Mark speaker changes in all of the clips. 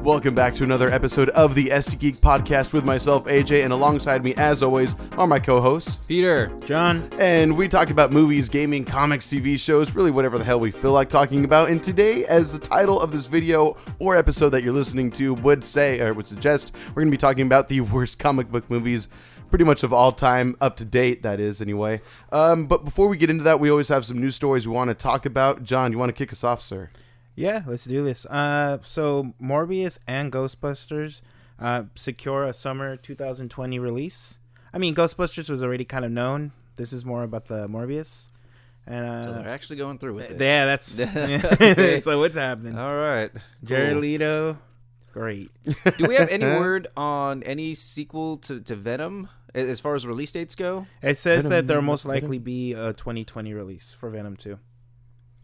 Speaker 1: Welcome back to another episode of the SD Geek Podcast with myself, AJ, and alongside me, as always, are my co hosts.
Speaker 2: Peter.
Speaker 3: John,
Speaker 1: And we talk about movies, gaming, comics, TV shows, really whatever the hell we feel like talking about. And today, as the title of this video or episode that you're listening to would say or would suggest, we're going to be talking about the worst comic book movies. Pretty much of all time, up to date, that is, anyway. Um, but before we get into that, we always have some news stories we want to talk about. John, you want to kick us off, sir?
Speaker 3: yeah, let's do this. Uh, so Morbius and Ghostbusters uh, secure a summer 2020 release. I mean, Ghostbusters was already kind of known. This is more about the Morbius, and
Speaker 2: So they're
Speaker 3: uh,
Speaker 2: actually going through with it.
Speaker 3: yeah, that's so. What's happening?
Speaker 2: All right.
Speaker 3: Jared Leto, great.
Speaker 2: Do we have any word on any sequel to, to Venom a- as far as release dates go
Speaker 3: It says
Speaker 1: Venom,
Speaker 3: that there'll most
Speaker 1: Venom.
Speaker 3: likely be a 2020 release for Venom 2.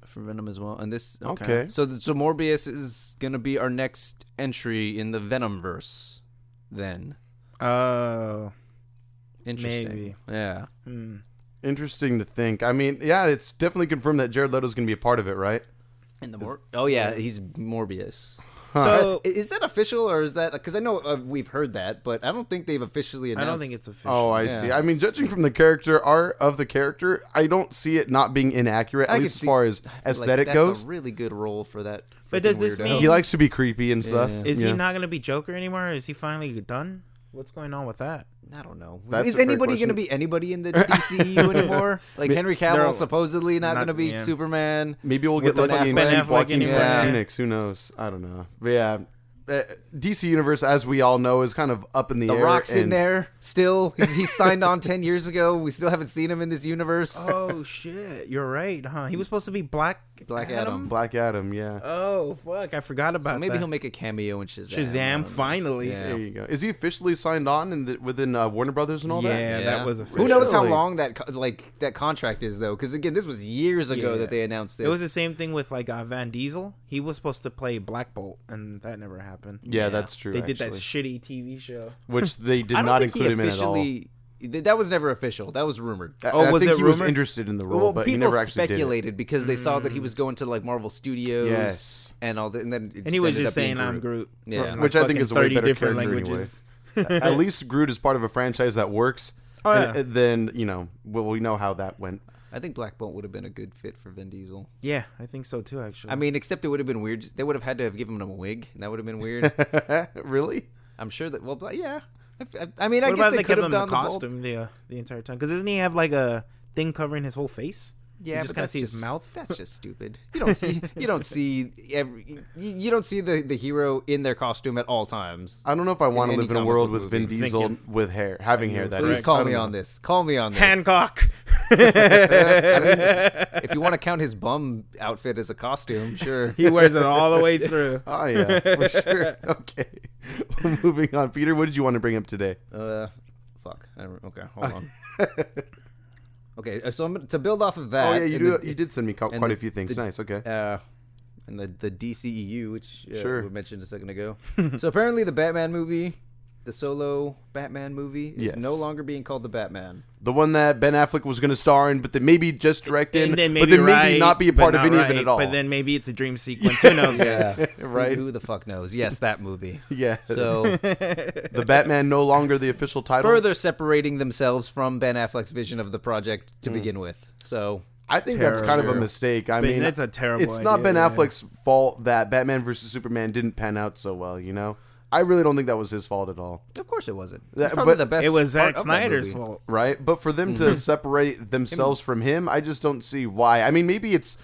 Speaker 2: for Venom as well? And this okay.
Speaker 1: Okay.
Speaker 2: So th- so Morbius is going to be our next entry in the Venom verse then.
Speaker 3: Oh,
Speaker 2: Interesting.
Speaker 3: Maybe.
Speaker 2: Yeah.
Speaker 3: hmm.
Speaker 1: Interesting to think. I mean, yeah, it's definitely confirmed that Jared Leto's going to be a part of it, right?
Speaker 2: In the Mor- Oh yeah, he's Morbius.
Speaker 3: so
Speaker 2: I- is that official or is that because I know uh, we've heard that, but I don't think they've officially
Speaker 3: I
Speaker 2: announced.
Speaker 3: don't think it's official.
Speaker 1: Oh, I
Speaker 2: Yeah.
Speaker 1: see. I mean, judging from the character art of the character, I don't see it not being inaccurate. At
Speaker 2: I
Speaker 1: least
Speaker 2: could
Speaker 1: as
Speaker 2: see-
Speaker 1: far as
Speaker 2: Like,
Speaker 1: aesthetic
Speaker 2: that's
Speaker 1: goes.
Speaker 2: A really good role for that.
Speaker 3: But
Speaker 2: freaking
Speaker 3: does this
Speaker 2: weirdo.
Speaker 3: mean-
Speaker 1: he likes to be creepy and stuff.
Speaker 2: Yeah.
Speaker 3: Is
Speaker 1: Yeah.
Speaker 3: he not going to be Joker anymore? Is he finally done? What's going on with that?
Speaker 2: I don't know.
Speaker 1: That's a
Speaker 2: is
Speaker 1: fair
Speaker 2: anybody going to
Speaker 1: question.
Speaker 2: be anybody in the DCU anymore? Like Henry
Speaker 3: they're-
Speaker 2: Cavill supposedly not,
Speaker 3: not-
Speaker 2: going to be
Speaker 3: yeah.
Speaker 2: Superman.
Speaker 1: Maybe we'll get
Speaker 2: With Ben
Speaker 1: lucky
Speaker 2: Affleck
Speaker 1: and
Speaker 3: anymore.
Speaker 1: Joaquin
Speaker 2: Yeah.
Speaker 1: Phoenix. Who knows? I don't know. But yeah, uh, DC Universe, as we all know, is kind of up in the,
Speaker 2: The
Speaker 1: air.
Speaker 2: Rock's in
Speaker 1: and-
Speaker 2: there still. He's, he signed on ten years ago. We still haven't seen him in this universe.
Speaker 3: Oh shit, you're right, huh? He was supposed to be Black
Speaker 2: Black Adam.
Speaker 1: Black Adam. Yeah.
Speaker 3: Oh fuck, I forgot about
Speaker 2: so maybe
Speaker 3: that.
Speaker 2: he'll make a cameo in Shazam. I don't
Speaker 3: Shazam
Speaker 2: know.
Speaker 3: finally.
Speaker 2: Yeah.
Speaker 1: There you go. Is he officially signed on in the, within uh, Warner Brothers and all that?
Speaker 3: Yeah, that was
Speaker 2: Who knows how
Speaker 1: officially.
Speaker 2: long that co- like that contract is though? Because again, this was years ago
Speaker 3: Yeah.
Speaker 2: that they announced this.
Speaker 3: It was the same thing with like uh, Van Diesel. He was supposed to play Black Bolt, and that never happened.
Speaker 1: Yeah,
Speaker 2: Yeah.
Speaker 1: that's true.
Speaker 3: They did that
Speaker 1: actually.
Speaker 3: shitty TV show.
Speaker 1: which they did
Speaker 2: I don't
Speaker 1: not
Speaker 2: think
Speaker 1: include him
Speaker 2: he
Speaker 1: in at all.
Speaker 2: officially. th- That was never official. That was rumored.
Speaker 1: I-
Speaker 3: Oh,
Speaker 1: I
Speaker 3: was
Speaker 1: think
Speaker 3: it
Speaker 1: he was
Speaker 3: rumored?
Speaker 1: interested in the role,
Speaker 2: Well,
Speaker 1: but he
Speaker 2: people
Speaker 1: never actually did.
Speaker 2: speculated because they saw that he was going to like Marvel Studios
Speaker 1: Yes.
Speaker 2: and all that, and then it
Speaker 3: Mm. And he was
Speaker 2: ended
Speaker 3: just
Speaker 2: up being
Speaker 3: saying I'm Groot.
Speaker 2: Yeah.
Speaker 3: in,
Speaker 1: Which I think
Speaker 3: fucking
Speaker 1: is a way better character anyway. it. At least Groot is part of a franchise that works.
Speaker 3: Oh,
Speaker 1: and-
Speaker 3: yeah.
Speaker 1: and then you know, well, we know how that went.
Speaker 2: I think Black Bolt would have been a good fit for Vin Diesel.
Speaker 3: Yeah, I think so too. Actually,
Speaker 2: I mean, except it would have been weird. They would have had to have given him a wig, and that would have been weird.
Speaker 1: really?
Speaker 2: I'm sure that. Well, but yeah. I, I- I mean, I
Speaker 3: what
Speaker 2: guess
Speaker 3: about
Speaker 2: they
Speaker 3: they
Speaker 2: could
Speaker 3: kept
Speaker 2: have
Speaker 3: him in the
Speaker 2: gone the bold-
Speaker 3: costume the uh, the entire time? Because doesn't he have like a thing covering his whole face?
Speaker 2: Yeah,
Speaker 3: you just
Speaker 2: but
Speaker 3: kind of
Speaker 2: that's
Speaker 3: see his
Speaker 2: just-
Speaker 3: mouth.
Speaker 2: That's just stupid. You don't see. You don't see every. You, you don't see the the hero in their costume at all times.
Speaker 3: Uh,
Speaker 1: I don't know if I want to
Speaker 2: any
Speaker 1: live in a
Speaker 2: comic
Speaker 1: world
Speaker 2: book
Speaker 1: with Vin
Speaker 2: movie.
Speaker 1: Diesel
Speaker 3: Thinking.
Speaker 1: with hair, having hair. That is.
Speaker 2: Please
Speaker 1: I
Speaker 2: call
Speaker 1: don't
Speaker 2: me
Speaker 1: know.
Speaker 2: on this. Call me on this.
Speaker 3: Hancock.
Speaker 2: if you want to count his bum outfit as a costume, sure.
Speaker 3: he wears it all the way through.
Speaker 1: Oh yeah, for sure. Okay, moving on. Peter, what did you want to bring up today?
Speaker 2: Uh, fuck. I don't, okay, hold on. okay, uh, so I'm, to build off of
Speaker 1: oh
Speaker 2: that.
Speaker 1: yeah, you
Speaker 2: and
Speaker 1: do.
Speaker 2: the-
Speaker 1: you did send me co-
Speaker 2: and
Speaker 1: quite
Speaker 2: the-
Speaker 1: a few things.
Speaker 2: the-
Speaker 1: nice. Okay.
Speaker 2: Uh, and the the DCEU, which uh,
Speaker 1: Sure.
Speaker 2: we mentioned a second ago. so apparently, the Batman movie, the solo Batman movie, is
Speaker 1: Yes.
Speaker 2: no longer being called the Batman.
Speaker 1: The one that Ben Affleck was going to star in, but then maybe just direct in,
Speaker 3: And then
Speaker 1: but
Speaker 3: maybe,
Speaker 1: then maybe
Speaker 3: right,
Speaker 1: not be a
Speaker 3: but
Speaker 1: part of
Speaker 3: not
Speaker 1: any of
Speaker 3: right,
Speaker 1: it at all.
Speaker 3: But then maybe it's a dream sequence. Who knows, guys?
Speaker 1: right?
Speaker 2: Uh, Who, who the fuck knows? Yes, that movie.
Speaker 1: yeah.
Speaker 2: So
Speaker 1: the Batman no longer the official title.
Speaker 2: further separating themselves from Ben Affleck's vision of the project
Speaker 1: Hmm.
Speaker 2: to begin with. So
Speaker 1: I think that's kind of a mistake. I
Speaker 3: Ben,
Speaker 1: mean,
Speaker 3: that's a terrible
Speaker 1: It's not
Speaker 3: idea,
Speaker 1: Ben
Speaker 3: yeah.
Speaker 1: Affleck's fault that Batman versus Superman didn't pan out so well. You know, I really don't think that was his fault at all.
Speaker 2: of course it wasn't. It's
Speaker 1: That-
Speaker 2: probably
Speaker 1: but-
Speaker 2: the best
Speaker 3: It was
Speaker 2: part of
Speaker 3: Zack
Speaker 2: that
Speaker 3: Snyder's
Speaker 2: movie.
Speaker 3: fault.
Speaker 1: Right, but for them
Speaker 3: Mm-hmm.
Speaker 1: to separate themselves from him, I just don't see why. I mean, maybe it's,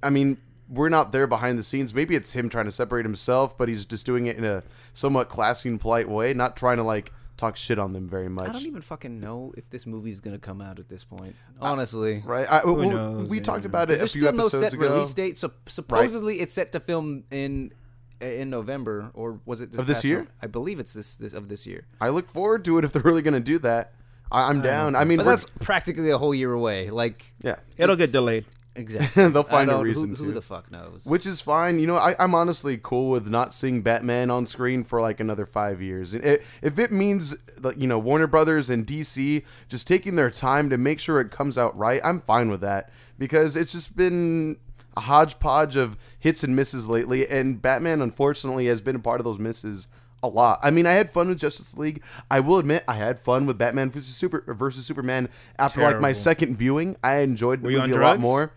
Speaker 1: I mean, we're not there behind the scenes. Maybe it's him trying to separate himself, but he's just doing it in a somewhat classy and polite way, not trying to like talk shit on them very
Speaker 2: I
Speaker 1: much.
Speaker 2: don't e even fucking know if this movie's gonna come out at this point. Honestly,
Speaker 1: Right? I, well,
Speaker 3: knows,
Speaker 1: we
Speaker 3: yeah.
Speaker 1: talked about it a
Speaker 2: there's
Speaker 1: few
Speaker 2: still no
Speaker 1: episodes
Speaker 2: set
Speaker 1: ago.
Speaker 2: release date. So supposedly it's set to film in in November, or was it this
Speaker 1: Of this
Speaker 2: past
Speaker 1: year?
Speaker 2: Nov- I believe it's this this of this year.
Speaker 1: I look forward to it if they're really going to do that. I, I'm down. I mean,
Speaker 2: But
Speaker 1: we're-
Speaker 2: that's practically a whole year away. Like
Speaker 1: yeah,
Speaker 3: It'll get delayed.
Speaker 2: exactly,
Speaker 1: They'll
Speaker 2: I
Speaker 1: find a
Speaker 2: don't- who-
Speaker 1: reason
Speaker 2: Who,
Speaker 1: to.
Speaker 2: the fuck knows?
Speaker 1: which is fine. You know, I, I'm honestly cool with not seeing Batman on screen for like another five years. And it, if it means like, you know Warner Brothers and DC just taking their time to make sure it comes out right, I'm fine with that because it's just been. a hodgepodge of hits and misses lately, and Batman unfortunately has been a part of those misses a lot. I mean, I had fun with Justice League. I will admit, I had fun with Batman versus, Super, versus Superman after like my
Speaker 3: Terrible.
Speaker 1: second viewing. I enjoyed the
Speaker 3: Were you on
Speaker 1: movie a lot
Speaker 3: drugs?
Speaker 1: more.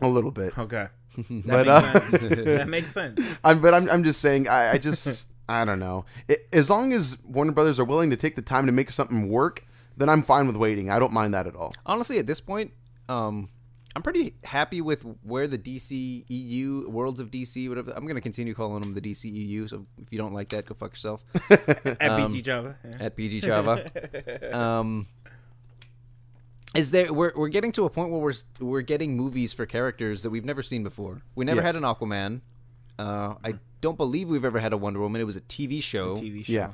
Speaker 1: A little bit.
Speaker 3: Okay. That
Speaker 1: But,
Speaker 3: makes
Speaker 1: uh,
Speaker 3: sense. that makes sense.
Speaker 1: I'm, but I'm, I'm just saying, I, I just, I don't know. It, as long as Warner Brothers are willing to take the time to make something work, then I'm fine with waiting. I don't mind that at all.
Speaker 2: honestly at this point um i'm pretty happy with where the dc eu worlds of dc whatever i'm gonna continue calling them the dc eu so if you don't like that go fuck yourself
Speaker 3: At
Speaker 1: Um,
Speaker 3: BG Java. yeah.
Speaker 2: at pg chava um is there we're, we're getting to a point where we're we're getting movies for characters that we've never seen before we never
Speaker 1: Yes.
Speaker 2: had an aquaman uh i don't believe we've ever had a wonder woman it was a tv show
Speaker 3: TV show.
Speaker 1: Yeah.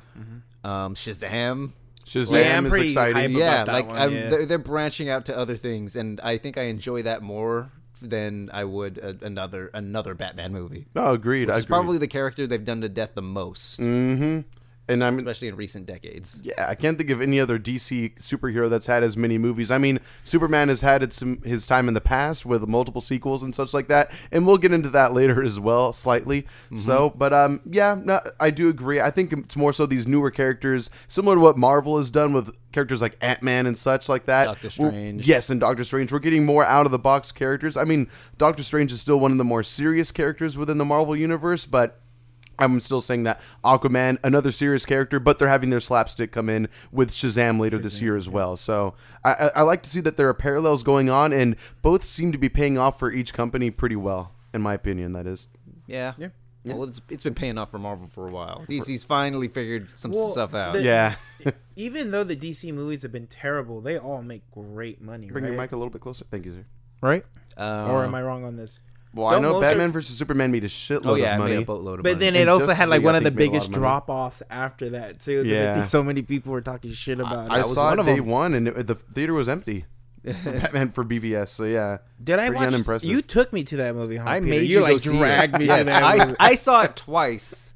Speaker 2: um shazam
Speaker 1: Shazam
Speaker 3: Yeah, I'm
Speaker 1: is
Speaker 3: pretty
Speaker 1: exciting.
Speaker 3: hype-
Speaker 2: yeah,
Speaker 3: about that
Speaker 2: like
Speaker 3: one,
Speaker 2: I'm,
Speaker 3: yeah.
Speaker 2: They're, they're branching out to other things, and I think I enjoy that more than I would a, another another Batman movie.
Speaker 1: No, Oh, agreed. Mm. I
Speaker 2: It's probably the character they've done to death the most,
Speaker 1: and I'm
Speaker 2: especially in recent decades.
Speaker 1: yeah, I can't think of any other DC superhero that's had as many movies. I mean, Superman has had its, his time in the past with multiple sequels and such like that, and we'll get into that later as well, slightly. So,
Speaker 2: Mm-hmm.
Speaker 1: but um, yeah, no, I do agree. I think it's more so these newer characters, similar to what Marvel has done with characters like Ant Man and such like that.
Speaker 2: Doctor
Speaker 1: We're-
Speaker 2: Strange.
Speaker 1: yes, and Doctor Strange, we're getting more out of the box characters. I mean, Doctor Strange is still one of the more serious characters within the Marvel universe, but I'm still saying that Aquaman, another serious character, but they're having their slapstick come in with Shazam later this year as well. So I, I, I like to see that there are parallels going on, and both seem to be paying off for each company pretty well, in my opinion. That is.
Speaker 2: Yeah. Well, it's, it's been paying off for Marvel for a while. DC's finally figured some
Speaker 3: Well,
Speaker 2: stuff out.
Speaker 3: the-
Speaker 1: Yeah,
Speaker 3: Even though the DC movies have been terrible, they all make great money,
Speaker 1: bring your
Speaker 3: right?
Speaker 1: mic a little bit closer. Thank you, sir.
Speaker 3: right?
Speaker 2: Uh,
Speaker 3: or am I wrong on this?
Speaker 1: Well, I
Speaker 3: Don't
Speaker 1: know
Speaker 3: most
Speaker 1: Batman versus Superman made a shitload
Speaker 2: oh
Speaker 1: of
Speaker 2: yeah, I
Speaker 1: money.
Speaker 2: made a boatload of
Speaker 3: But
Speaker 2: money.
Speaker 3: then it also
Speaker 1: Justice
Speaker 3: had like
Speaker 1: League,
Speaker 3: one
Speaker 1: I
Speaker 3: of the
Speaker 1: think, made a lot
Speaker 3: biggest
Speaker 1: of money.
Speaker 3: drop offs after that too. 'cause I
Speaker 1: Yeah.
Speaker 3: think so many people were talking shit about
Speaker 1: Uh, I
Speaker 3: it.
Speaker 2: was
Speaker 1: saw
Speaker 2: one
Speaker 1: it
Speaker 2: of
Speaker 1: day
Speaker 2: them.
Speaker 1: one, and it, the theater was empty. Batman for BVS. So yeah,
Speaker 3: Did I
Speaker 1: pretty
Speaker 3: watch?
Speaker 1: unimpressive.
Speaker 3: You took me to that movie. Huh,
Speaker 2: I
Speaker 3: Peter?
Speaker 2: made
Speaker 3: you
Speaker 2: you,
Speaker 3: like
Speaker 2: go see
Speaker 3: dragged
Speaker 2: it.
Speaker 3: me to
Speaker 2: Yes,
Speaker 3: that movie.
Speaker 2: I, I saw it twice.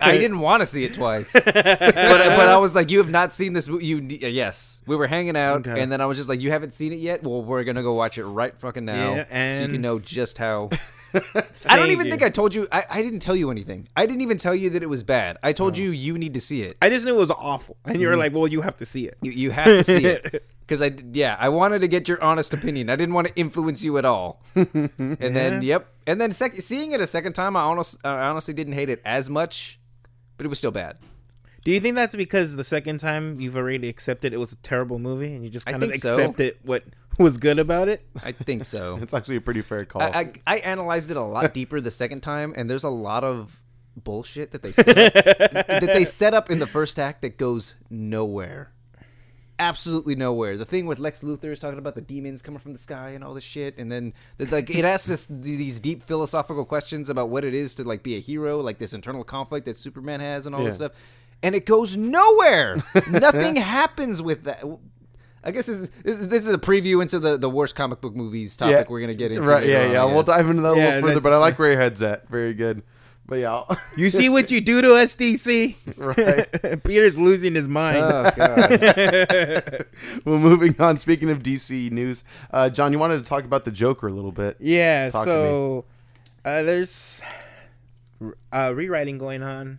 Speaker 2: I didn't want to see it twice, but, but I was like, "You have not seen this." mo- You ne- yes, we were hanging out,
Speaker 3: Okay.
Speaker 2: and then I was just like, "You haven't seen it yet? Well, we're gonna go watch it right fucking now,
Speaker 3: Yeah,
Speaker 2: so you
Speaker 3: and-
Speaker 2: can know just how." I don't
Speaker 3: Thank
Speaker 2: even
Speaker 3: you.
Speaker 2: think I told you. I, I didn't tell you anything. I didn't even tell you that it was bad. I
Speaker 3: Oh.
Speaker 2: told you you need to see it.
Speaker 3: I just knew it was awful, and you were like, "Well, you have to see it."
Speaker 2: You, you have to see it because I d- yeah I wanted to get your honest opinion. I didn't want to influence you at all. And then yep, and then sec- seeing it a second time, I honest I honestly didn't hate it as much, but it was still bad.
Speaker 3: Do you think that's because the second time you've already accepted it was a terrible movie, and you just kind of
Speaker 2: think so.
Speaker 3: accepted what was good about it?
Speaker 2: I think so.
Speaker 1: it's actually a pretty fair call.
Speaker 2: I, I I analyzed it a lot deeper the second time, and there's a lot of bullshit that they set up, that they set up in the first act that goes nowhere. Absolutely nowhere. The thing with Lex Luthor is talking about the demons coming from the sky and all this shit, and then there's, like it asks us th- these deep philosophical questions about what it is to like be a hero, like this internal conflict that Superman has, and all this
Speaker 1: Yeah.
Speaker 2: stuff, and it goes nowhere. Nothing happens with that. I guess this is, this is this is a preview into the, the worst comic book movies topic we're gonna get into.
Speaker 1: Right? Yeah,
Speaker 2: later on,
Speaker 1: yeah.
Speaker 2: I
Speaker 1: We'll
Speaker 2: guess.
Speaker 1: dive into that a
Speaker 3: Yeah,
Speaker 1: little further, but I
Speaker 3: that's-
Speaker 1: like where your head's at. Very good. But yeah, I'll-
Speaker 3: You see what you do to us, DC.
Speaker 1: right.
Speaker 3: Peter's losing his mind.
Speaker 2: Oh god.
Speaker 1: well, moving on. Speaking of DC news, uh, John, you wanted to talk about the Joker a little bit.
Speaker 3: Yeah,
Speaker 1: Talk to
Speaker 3: so uh, there's uh, rewriting going on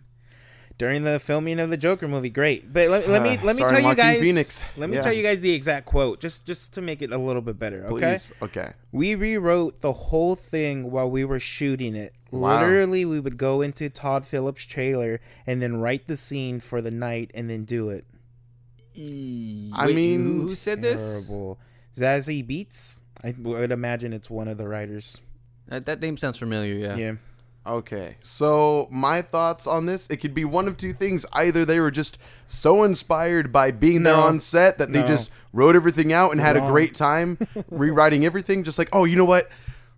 Speaker 3: during the filming of the Joker movie. Great, but let, let me
Speaker 1: Uh,
Speaker 3: let me
Speaker 1: starring
Speaker 3: tell you
Speaker 1: Joaquin
Speaker 3: guys.
Speaker 1: Phoenix.
Speaker 3: Let me
Speaker 1: Yeah.
Speaker 3: tell you guys the exact quote, just just to make it a little bit better. Okay,
Speaker 1: Please. Okay.
Speaker 3: we rewrote the whole thing while we were shooting it.
Speaker 1: Wow.
Speaker 3: Literally, we would go into Todd Phillips' trailer and then write the scene for the night and then do it.
Speaker 1: I
Speaker 2: Wait,
Speaker 1: mean,
Speaker 2: who, who said this?
Speaker 3: Terrible. Zazie Beats. I would imagine it's one of the writers.
Speaker 2: That, that name sounds familiar. Yeah.
Speaker 3: Yeah.
Speaker 1: Okay. So my thoughts on this: it could be one of two things. Either they were just so inspired by being there
Speaker 3: No.
Speaker 1: on set that they
Speaker 3: No.
Speaker 1: just wrote everything out and had a
Speaker 3: Wrong.
Speaker 1: great time rewriting everything. Just like, oh, you know what?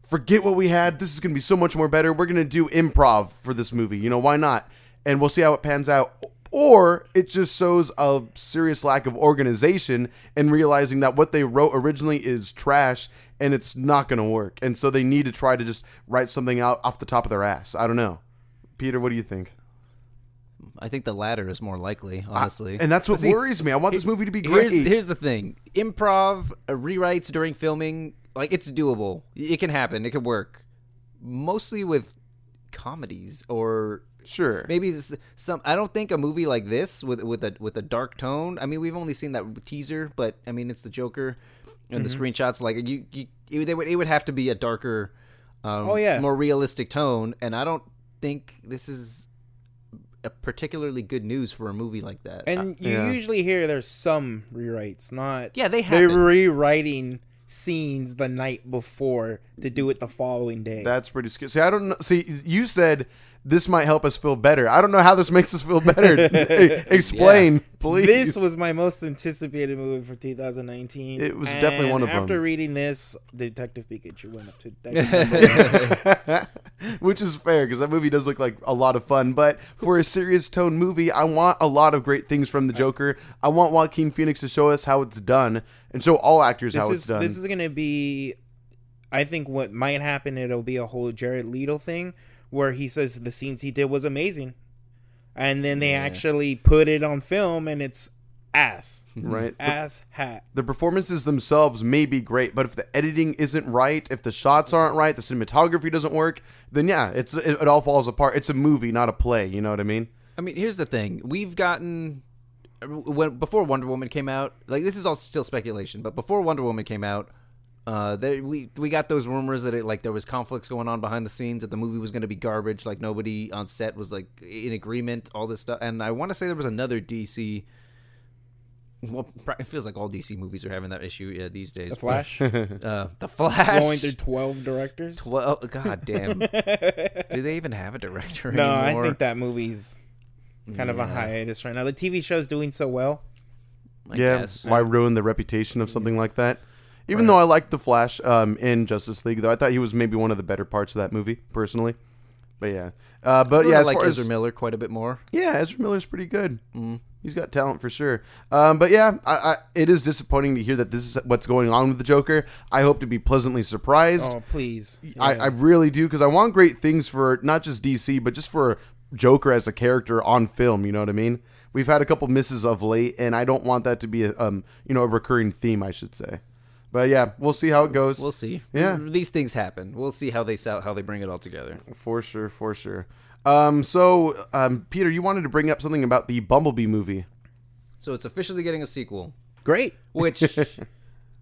Speaker 1: Forget what we had. This is going to be so much more better. We're going to do improv for this movie. You know why not? And we'll see how it pans out. Or it just shows a serious lack of organization and realizing that what they wrote originally is trash and it's not going to work. And so they need to try to just write something out off the top of their ass. I don't know. Peter, what do you think?
Speaker 2: I think the latter is more likely, honestly.
Speaker 1: And that's what
Speaker 2: See,
Speaker 1: worries me. I want this movie to be great.
Speaker 2: Here's, here's the thing: improv uh, rewrites during filming, like it's doable. It can happen. It can work. mostly with comedies or
Speaker 1: Sure.
Speaker 2: maybe s- some. I don't think a movie like this with with a with a dark tone. I mean, we've only seen that teaser, but I mean, it's the Joker, and
Speaker 3: Mm-hmm.
Speaker 2: the screenshots like you. you it, they would it would have to be a darker, um,
Speaker 3: Oh, yeah.
Speaker 2: more realistic tone. And I don't think this is a particularly good news for a movie like that.
Speaker 3: And you
Speaker 1: yeah.
Speaker 3: usually hear there's some rewrites, not
Speaker 2: Uh, yeah, they
Speaker 3: they're
Speaker 2: have.
Speaker 3: rewriting scenes the night before to do it the following day.
Speaker 1: That's pretty scary. See, I don't know. See, you said this might help us feel better. I don't know how this makes us feel better. E- Explain, please.
Speaker 3: this was my most anticipated movie for 2019.
Speaker 1: It was definitely
Speaker 3: and
Speaker 1: one of
Speaker 3: After
Speaker 1: them.
Speaker 3: reading this, Detective Pikachu went up to detective number one.
Speaker 1: Which is fair because that movie does look like a lot of fun. But for a serious tone movie, I want a lot of great things from the Joker. I want Joaquin Phoenix to show us how it's done and show all actors
Speaker 3: this
Speaker 1: how
Speaker 3: is
Speaker 1: it's done.
Speaker 3: this is gonna be i think what might happen it'll be a whole jared leto thing where he says the scenes he did was amazing and then they actually put it on film and it's ass
Speaker 1: right? The-
Speaker 3: ass hat
Speaker 1: the performances themselves may be great, but if the editing isn't right, if the shots aren't right, the cinematography doesn't work, then yeah, it's it, it all falls apart. It's a movie, not a play. You know what I mean?
Speaker 2: I mean, here's the thing: we've gotten when before Wonder Woman came out. Like this is all still speculation, but before Wonder Woman came out, uh, there, we we got those rumors that it, like there was conflicts going on behind the scenes that the movie was going to be garbage. Like nobody on set was like in agreement, all this stuff. And I want to say there was another DC. Well, pr- it feels like all DC movies are having that issue uh, these days.
Speaker 3: the flash
Speaker 2: uh, the Flash.
Speaker 3: going through 12 directors
Speaker 2: Well, god damn. Do they even have a director
Speaker 3: no i
Speaker 2: anymore?
Speaker 3: think that movie's kind of a hiatus right now the tv show's doing so well
Speaker 2: I
Speaker 1: yeah,
Speaker 2: guess.
Speaker 1: why ruin the reputation of something like that? Even though I liked the Flash um, in Justice League, though I thought he was maybe one of the better parts of that movie personally. But yeah, uh, but yeah,
Speaker 2: I
Speaker 1: as
Speaker 2: like
Speaker 1: far as
Speaker 2: Ezra Mm-hmm. Miller quite a bit more.
Speaker 1: yeah, Ezra Miller's pretty good. He's got talent for sure. Um, but yeah, I, I, it is disappointing to hear that this is what's going on with the Joker. I hope to be pleasantly surprised.
Speaker 3: oh please
Speaker 1: I, I really do because I want great things for not just DC, but just for Joker as a character on film. You know what I mean? We've had a couple misses of late, and I don't want that to be a, um you know a recurring theme. I should say, but yeah, we'll see how it goes.
Speaker 2: We'll see.
Speaker 1: Yeah.
Speaker 2: these things happen. We'll see how they sell, how they bring it all together.
Speaker 1: for sure, for sure. Um, so um, Peter, you wanted to bring up something about the Bumblebee movie.
Speaker 2: So it's officially getting a sequel,
Speaker 3: great
Speaker 2: which,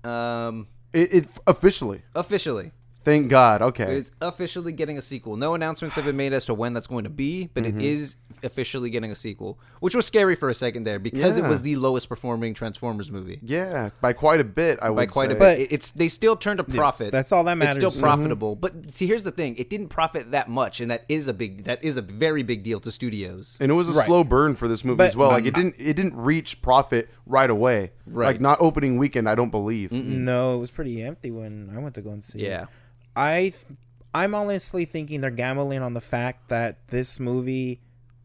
Speaker 2: um,
Speaker 1: It, it officially,
Speaker 2: officially,
Speaker 1: thank God. Okay,
Speaker 2: it's officially getting a sequel. No announcements have been made as to when that's going to be, but it
Speaker 1: Mm-hmm.
Speaker 2: is officially getting a sequel, which was scary for a second there because
Speaker 1: Yeah.
Speaker 2: it was the lowest performing Transformers movie.
Speaker 1: yeah, by quite a bit. I
Speaker 2: by
Speaker 1: would
Speaker 2: quite a
Speaker 1: say.
Speaker 2: bit.
Speaker 3: But-
Speaker 2: It- it's they still turned a profit.
Speaker 3: that's all that
Speaker 2: It's
Speaker 3: matters.
Speaker 2: still profitable. But see, here's the thing: it didn't profit that much, and that is a big that is a very big deal to studios.
Speaker 1: and it was a
Speaker 3: Right.
Speaker 1: slow burn for this movie
Speaker 3: But-
Speaker 1: as well. Like it didn't it didn't reach profit right away.
Speaker 2: Right.
Speaker 1: Like not opening weekend, I don't believe.
Speaker 3: no it was pretty empty when i went to go and see it.
Speaker 2: Yeah,
Speaker 3: I th- I'm honestly thinking they're gambling on the fact that this movie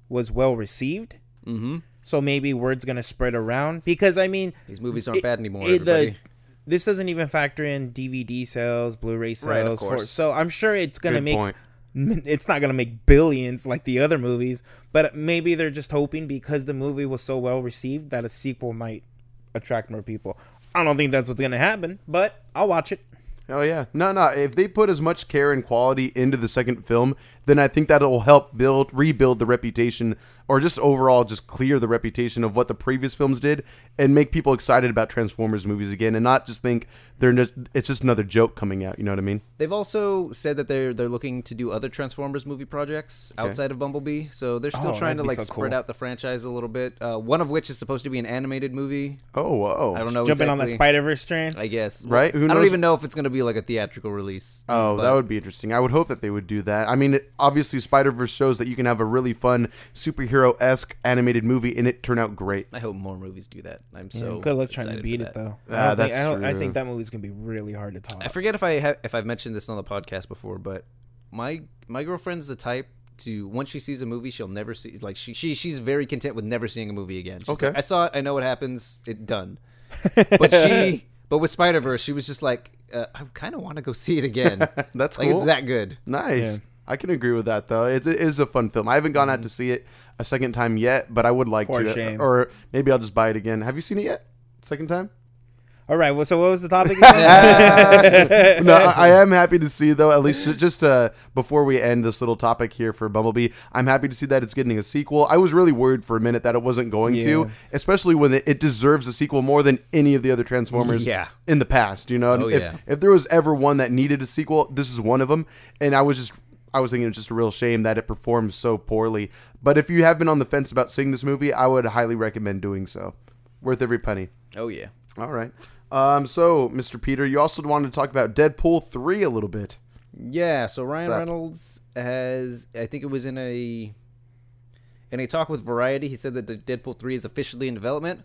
Speaker 3: was well received. Mm-hmm. So maybe word's gonna spread around because I mean,
Speaker 2: these movies aren't
Speaker 3: it-
Speaker 2: bad anymore.
Speaker 3: it- the-
Speaker 2: everybody.
Speaker 3: this doesn't even factor in DVD sales, Blu-ray sales.
Speaker 2: Right, of
Speaker 3: for-
Speaker 2: course.
Speaker 3: so I'm sure it's gonna
Speaker 1: Good
Speaker 3: make.
Speaker 1: point.
Speaker 3: It's not gonna make billions like the other movies, but maybe they're just hoping because the movie was so well received that a sequel might attract more people. I don't think that's what's gonna happen, but I'll watch it.
Speaker 1: Oh yeah. No, no. If they put as much care and quality into the second film, then I think that'll help build rebuild the reputation or just overall just clear the reputation of what the previous films did and make people excited about Transformers movies again and not just think they're just it's just another joke coming out, you know what I mean?
Speaker 2: They've also said that they're they're looking to do other Transformers movie projects outside of Bumblebee, so they're still
Speaker 3: Oh,
Speaker 2: trying
Speaker 3: that'd
Speaker 2: to
Speaker 3: be
Speaker 2: like
Speaker 3: so
Speaker 2: spread
Speaker 3: cool.
Speaker 2: out the franchise a little bit. Uh, one of which is supposed to be an animated movie.
Speaker 1: Oh, whoa.
Speaker 2: I don't know.
Speaker 3: Jumping on that
Speaker 2: exactly.
Speaker 3: Spider Verse train.
Speaker 2: I guess.
Speaker 1: Right? Who
Speaker 2: I don't
Speaker 1: knows?
Speaker 2: even know if it's going to be like a theatrical release.
Speaker 1: Oh,
Speaker 2: but-
Speaker 1: that would be interesting. I would hope that they would do that. I mean, it, obviously, Spider Verse shows that you can have a really fun superhero esque animated movie and it turn out great.
Speaker 2: I hope more movies do that. I'm so
Speaker 3: So good luck trying to
Speaker 2: excited for
Speaker 3: beat
Speaker 2: that.
Speaker 3: it though.
Speaker 1: Ah,
Speaker 3: I, don't think,
Speaker 1: that's
Speaker 3: I, don't, I
Speaker 1: true.
Speaker 3: think that movie's gonna be really hard to top.
Speaker 2: I forget if I have, if I've mentioned this on the podcast before, but my my girlfriend's the type to once she sees a movie, she'll never see like she, she she's very content with never seeing a movie again. She's
Speaker 1: Okay.
Speaker 2: like, I saw it. I know what happens. It done. But she but with Spider Verse, she was just like, uh, I kind of want to go see it again.
Speaker 1: That's
Speaker 2: like
Speaker 1: cool.
Speaker 2: it's that good.
Speaker 1: Nice. I can agree with that though. It's, it is a fun film. I haven't gone out
Speaker 2: Mm-hmm.
Speaker 1: to see it a second time yet, but I would like
Speaker 3: Poor
Speaker 1: to.
Speaker 3: shame.
Speaker 1: Or maybe I'll just buy it again. Have you seen it yet? Second time?
Speaker 3: All right. Well, so what was the topic? again?
Speaker 1: no, I, I am happy to see though. At least ju- just uh, before we end this little topic here for Bumblebee, I'm happy to see that it's getting a sequel. I was really worried for a minute that it wasn't going to,
Speaker 3: Yeah.
Speaker 1: especially when it, it deserves a sequel more than any of the other Transformers
Speaker 2: Yeah.
Speaker 1: in the past. You know, And
Speaker 2: Oh,
Speaker 1: if,
Speaker 2: yeah.
Speaker 1: if there was ever one that needed a sequel, this is one of them. And I was just. I was thinking it's just a real shame that it performs so poorly. But if you have been on the fence about seeing this movie, I would highly recommend doing so. Worth every penny.
Speaker 2: Oh yeah.
Speaker 1: All right. Um, so, Mr. Peter, you also wanted to talk about Deadpool 3 a little bit.
Speaker 2: Yeah, so Ryan
Speaker 1: What's up?
Speaker 2: Reynolds has I think it was in a in a talk with Variety, he said that the Deadpool 3 is officially in development.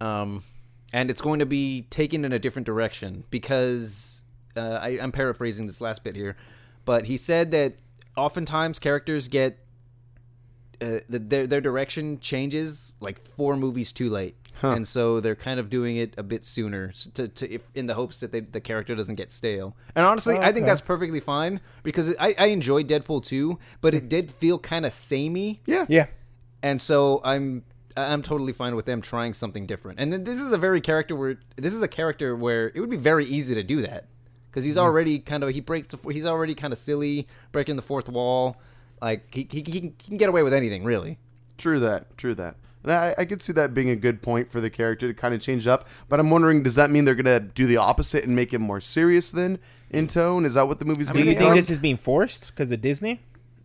Speaker 2: Um and it's going to be taken in a different direction because uh, I, I'm paraphrasing this last bit here, but he said that oftentimes characters get uh, the, their their direction changes like four movies too late, and so they're kind of doing it a bit sooner s- to, to if, in the hopes that they, the character doesn't get stale. And honestly, I think
Speaker 3: okay.
Speaker 2: that's perfectly fine because I, I enjoyed Deadpool 2, but it did feel kind of samey,
Speaker 1: Yeah.
Speaker 3: yeah.
Speaker 2: and so I'm I'm totally fine with them trying something different. And then this is a very character where this is a character where it would be very easy to do that because he's already kind of he breaks the, he's already kind of silly breaking the fourth wall. Like he, he, he can- he can get away with anything, really.
Speaker 1: True that. True that. And I, I could see that being a good point for the character to kind of change up. But I'm wondering, does that mean they're going to do the opposite and make him more serious then in tone? Is that what the movie's
Speaker 3: Do
Speaker 1: going to
Speaker 3: you
Speaker 1: be?
Speaker 3: think this is being forced because of Disney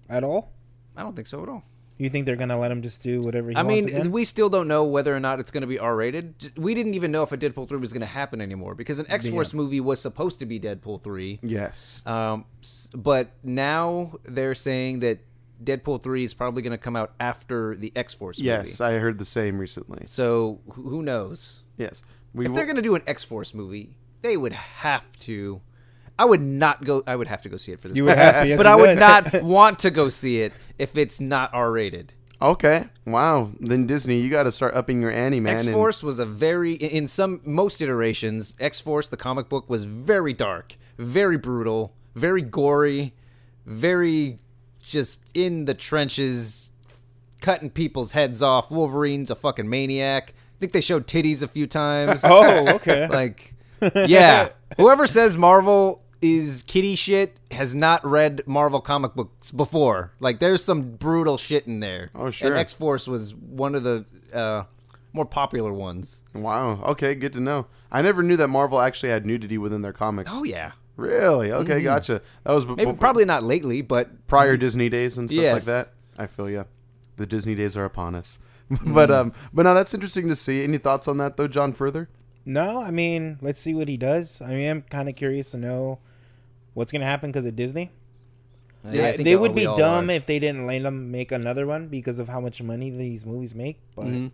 Speaker 3: at all?
Speaker 2: I don't think so at all.
Speaker 3: You think they're gonna let him just do whatever he
Speaker 2: I
Speaker 3: wants?
Speaker 2: mean,
Speaker 3: again?
Speaker 2: we still don't know whether or not it's going to be R rated. J- We didn't even know if a Deadpool 3 was going to happen anymore because an X Force movie was supposed to be Deadpool 3.
Speaker 1: yes.
Speaker 2: Um, s- but now they're saying that Deadpool 3 is probably going to come out after the X Force
Speaker 1: Yes.
Speaker 2: movie.
Speaker 1: I heard the same recently.
Speaker 2: So wh- who knows?
Speaker 1: Yes. We
Speaker 2: If they're going to do an X Force movie, they would have to. I would not go. I would have to go see it for this.
Speaker 3: you would have to. Yes,
Speaker 2: but
Speaker 3: you
Speaker 2: I would not want to go see it if it's not R rated.
Speaker 1: okay. Wow. Then Disney, you got to start upping your ante, man.
Speaker 2: X
Speaker 1: and-
Speaker 2: Force was a very in in some most iterations. X Force, the comic book, was very dark, very brutal, very gory, very just in the trenches, cutting people's heads off. Wolverine's a fucking maniac. I think they showed titties a few times.
Speaker 3: Oh, okay.
Speaker 2: Like, yeah. Whoever says Marvel is kitty shit has not read Marvel comic books before. Like, there's some brutal shit in there.
Speaker 1: Oh, sure.
Speaker 2: And X Force was one of the uh, more popular ones.
Speaker 1: Wow. Okay. Good to know. I never knew that Marvel actually had nudity within their comics.
Speaker 2: Oh yeah.
Speaker 1: Really? Okay. Gotcha. That was b-
Speaker 2: Maybe
Speaker 1: before-
Speaker 2: probably not lately, but
Speaker 1: prior Disney days and stuff like
Speaker 2: Yes.
Speaker 1: that. I feel you. The Disney days are upon us.
Speaker 2: Hmm.
Speaker 1: but um, but now that's interesting to see. Any thoughts on that though, John? Further?
Speaker 3: No, I mean, let's see what he does. I mean, I'm kind of curious to know what's gonna happen because of Disney.
Speaker 2: yeah, I think
Speaker 3: they would
Speaker 2: we
Speaker 3: be
Speaker 2: all
Speaker 3: dumb
Speaker 2: are.
Speaker 3: if they didn't let them make another one because of how much money these movies make. But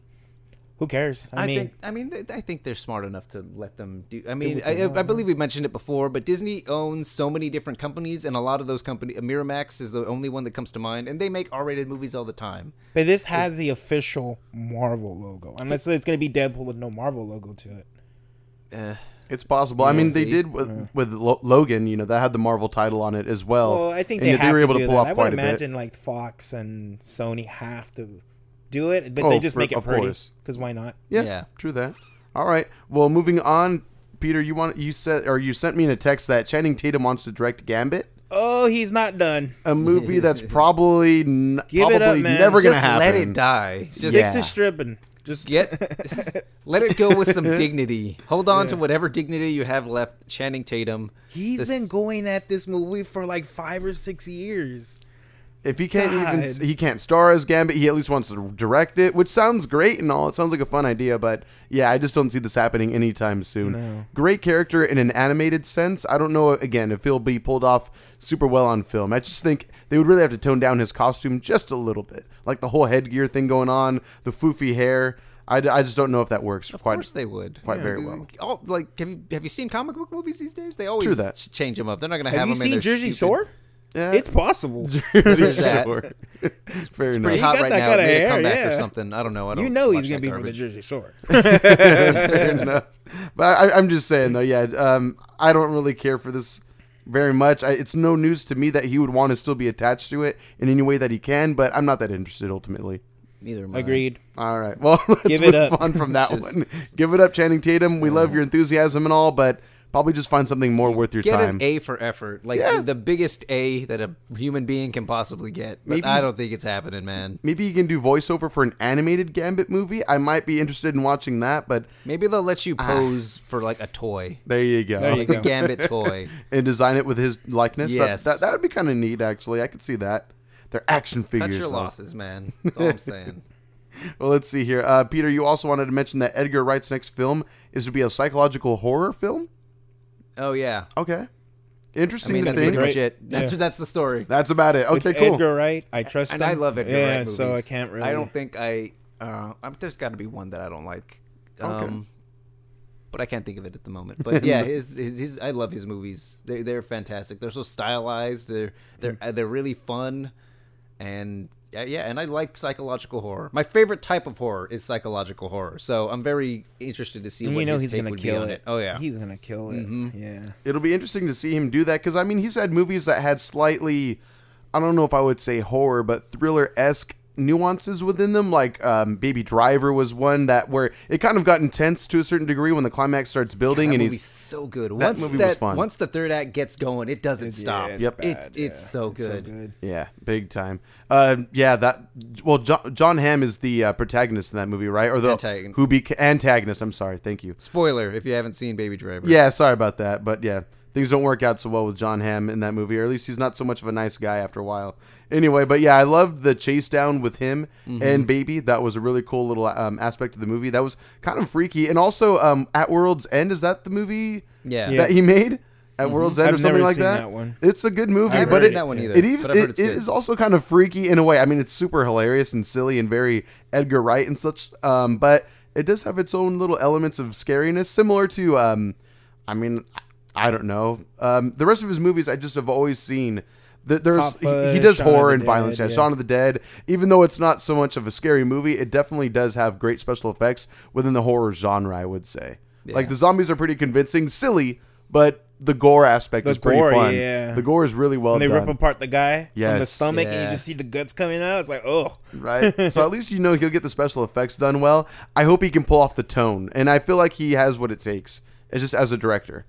Speaker 3: who cares?
Speaker 2: Mm-hmm.
Speaker 3: I,
Speaker 2: I,
Speaker 3: mean,
Speaker 2: think I mean th- I think they're smart enough to let them do. I mean I, I believe we mentioned it before, but Disney owns so many different companies, and a lot of those companies, Miramax is the only one that comes to mind, and they make R-rated movies all the time.
Speaker 3: but this has the official Marvel logo, unless it's gonna be Deadpool with no Marvel logo to it.
Speaker 1: It's possible. I mean, they
Speaker 2: see.
Speaker 1: did with, with Lo- Logan. You know, that had the Marvel title on it as well.
Speaker 3: Well, I think
Speaker 1: And
Speaker 3: they,
Speaker 1: yet
Speaker 3: have
Speaker 1: were able
Speaker 3: to,
Speaker 1: to,
Speaker 3: do
Speaker 1: pull off
Speaker 3: that. I
Speaker 1: quite
Speaker 3: would
Speaker 1: a bit.
Speaker 3: imagine like Fox and Sony have to do it, but
Speaker 1: Oh,
Speaker 3: they just
Speaker 1: for-
Speaker 3: make it
Speaker 1: of
Speaker 3: pretty
Speaker 1: course.
Speaker 3: because why not?
Speaker 1: Yeah,
Speaker 2: Yeah.
Speaker 1: true that. All right. Well, moving on. Peter, you want you said or you sent me in a text that Channing Tatum wants to direct Gambit,
Speaker 3: Oh, he's not done.
Speaker 1: a movie that's probably n-
Speaker 3: Give
Speaker 1: probably
Speaker 3: it up, man.
Speaker 1: never gonna
Speaker 2: Just
Speaker 1: happen.
Speaker 2: let it die. Just
Speaker 1: Yeah.
Speaker 3: Stick to stripping. Just
Speaker 2: get let it go with some dignity. Hold on to whatever dignity you have left. Channing Tatum.
Speaker 3: He's
Speaker 2: This-
Speaker 3: been going at this movie for like five or six years.
Speaker 1: If he can't even
Speaker 3: God.
Speaker 1: he can't star as Gambit, he at least wants to direct it, which sounds great and all. It sounds like a fun idea, but yeah, I just don't see this happening anytime soon. Great character in an animated sense. I don't know again if he'll be pulled off super well on film. I just think they would really have to tone down his costume just a little bit, like the whole headgear thing going on, the foofy hair. I, I just don't know if that works
Speaker 2: Of
Speaker 1: quite
Speaker 2: course they would.
Speaker 1: quite very well.
Speaker 2: All, like, have you have you seen comic book movies these days? They always
Speaker 1: True that.
Speaker 2: ch- change them up. They're not going to have,
Speaker 3: Have you
Speaker 2: them
Speaker 3: seen
Speaker 2: in their
Speaker 3: Jersey
Speaker 2: stupid-
Speaker 3: Shore?
Speaker 1: Yeah.
Speaker 3: It's possible.
Speaker 1: Jersey
Speaker 2: that.
Speaker 1: Shore. it's fair enough.
Speaker 2: Pretty
Speaker 3: He
Speaker 2: hot
Speaker 3: got
Speaker 2: right
Speaker 3: that
Speaker 2: now.
Speaker 3: kinda
Speaker 2: it made
Speaker 3: hair,
Speaker 2: a comeback or
Speaker 3: yeah.
Speaker 2: something. I don't know. I don't
Speaker 3: You know
Speaker 2: watch
Speaker 3: he's gonna
Speaker 2: that
Speaker 3: be from the
Speaker 2: garbage.
Speaker 3: Jersey Shore.
Speaker 1: Fair enough. But I, I'm just saying though, yeah, um, I don't really care for this very much. I, it's no news to me that he would want to still be attached to it in any way that he can. But I'm not that interested ultimately.
Speaker 2: Neither am I.
Speaker 3: Agreed.
Speaker 1: All right. Well, let's
Speaker 3: Give
Speaker 1: move
Speaker 3: it up.
Speaker 1: on from that one. Give it up, Channing Tatum. We love your enthusiasm and all, but probably just find something more worth your
Speaker 2: Get
Speaker 1: time.
Speaker 2: an A for effort, like
Speaker 1: Yeah.
Speaker 2: the, the biggest A that a human being can possibly get. But
Speaker 1: Maybe-
Speaker 2: I don't think it's happening, man.
Speaker 1: Maybe you can do voiceover for an animated Gambit movie. I might be interested in watching that, but
Speaker 2: Maybe they'll let you pose for like a toy,
Speaker 1: there you go.
Speaker 3: Ah. There you
Speaker 2: like a Gambit toy.
Speaker 1: and design it with his likeness. That-
Speaker 2: Yes.
Speaker 1: That, that, would be kind of neat, actually. I could see that. They're action
Speaker 2: Cut
Speaker 1: figures.
Speaker 2: your
Speaker 1: though.
Speaker 2: losses, man. That's all I'm saying.
Speaker 1: Well, let's see here. Uh, Peter, you also wanted to mention that Edgar Wright's next film is to be a psychological horror film.
Speaker 2: Oh yeah,
Speaker 1: Okay.
Speaker 2: I
Speaker 1: Interesting to
Speaker 2: mean that's
Speaker 1: think.
Speaker 2: pretty much it.
Speaker 3: Yeah.
Speaker 2: That's that's the story.
Speaker 1: That's about it.
Speaker 3: It's
Speaker 1: Okay, cool.
Speaker 3: Edgar Wright. I trust
Speaker 2: and
Speaker 3: him.
Speaker 2: I love Edgar
Speaker 3: yeah,
Speaker 2: Wright movies.
Speaker 3: so I can't really.
Speaker 2: I don't think I. Uh, I'm, there's got to be one that I don't like. Um,
Speaker 1: Okay.
Speaker 2: But I can't think of it at the moment. But yeah, his, his, his I love his movies. They they're fantastic. They're so stylized. They're they're
Speaker 3: Mm.
Speaker 2: uh, they're really fun, and yeah, yeah. And I like psychological horror. My favorite type of horror is psychological horror. So I'm very interested to see.
Speaker 3: And
Speaker 2: what
Speaker 3: you know
Speaker 2: his
Speaker 3: he's
Speaker 2: take
Speaker 3: gonna
Speaker 2: would be
Speaker 3: kill
Speaker 2: on
Speaker 3: it.
Speaker 2: Oh yeah. Mm-hmm.
Speaker 3: he's gonna kill it. Yeah.
Speaker 1: It'll be interesting to see him do that because I mean he's had movies that had slightly, I don't know if I would say horror, but thriller esque nuances within them. Like um, Baby Driver was one that where it kind of got intense to a certain degree when the climax starts building,
Speaker 2: That
Speaker 1: and
Speaker 2: movie's
Speaker 1: he's
Speaker 2: so good. Once
Speaker 1: movie was
Speaker 2: that
Speaker 1: fun.
Speaker 2: once the third act gets going, it doesn't stop.
Speaker 3: it's
Speaker 1: Yep.
Speaker 3: bad,
Speaker 2: It- it's
Speaker 3: yeah.
Speaker 2: so good.
Speaker 1: yeah, big time. Uh, yeah, that well, John, John Hamm is the uh, protagonist in that movie, right? Or the
Speaker 2: Antagon-
Speaker 1: who be antagonist? I'm sorry, thank you.
Speaker 2: Spoiler if you haven't seen Baby Driver.
Speaker 1: Yeah, sorry about that, but yeah, things don't work out so well with John Hamm in that movie, or at least he's not so much of a nice guy after a while. Anyway, but yeah, I loved the chase down with him
Speaker 2: Mm-hmm.
Speaker 1: and Baby. That was a really cool little um, aspect of the movie. That was kind of freaky, and also um, at World's End is that the movie?
Speaker 2: Yeah. Mm-hmm.
Speaker 1: that he made. At World's End or
Speaker 3: I've
Speaker 1: something
Speaker 3: never
Speaker 1: like
Speaker 3: seen
Speaker 1: that.
Speaker 3: that one.
Speaker 1: It's a good movie,
Speaker 2: haven't
Speaker 1: but
Speaker 2: seen
Speaker 1: it,
Speaker 2: that one either,
Speaker 1: it, even,
Speaker 2: but I've heard
Speaker 1: it,
Speaker 2: it's
Speaker 1: it
Speaker 2: good.
Speaker 1: is also kind of freaky in a way. I mean, it's super hilarious and silly and very Edgar Wright and such. Um, but it does have its own little elements of scariness, similar to, um, I mean, I don't know. Um, the rest of his movies, I just have always seen. that There's he,
Speaker 3: Papa,
Speaker 1: he does
Speaker 3: Shaun of
Speaker 1: horror
Speaker 3: the
Speaker 1: and violence.
Speaker 3: Dead,
Speaker 1: yeah,
Speaker 3: yeah.
Speaker 1: Shaun of the Dead. Even though it's not so much of a scary movie, it definitely does have great special effects within the horror genre. I would say, like the zombies are pretty convincing, silly, but the gore aspect is pretty
Speaker 3: gore,
Speaker 1: fun.
Speaker 3: yeah.
Speaker 1: The gore is really well
Speaker 3: When they
Speaker 1: done.
Speaker 3: rip apart the guy from the
Speaker 1: Yes.
Speaker 3: stomach, and
Speaker 2: Yeah.
Speaker 3: you just see the guts coming out. It's like, oh,
Speaker 1: right? So at least you know he'll get the special effects done well. I hope he can pull off the tone, and I feel like he has what it takes. It's just as a director.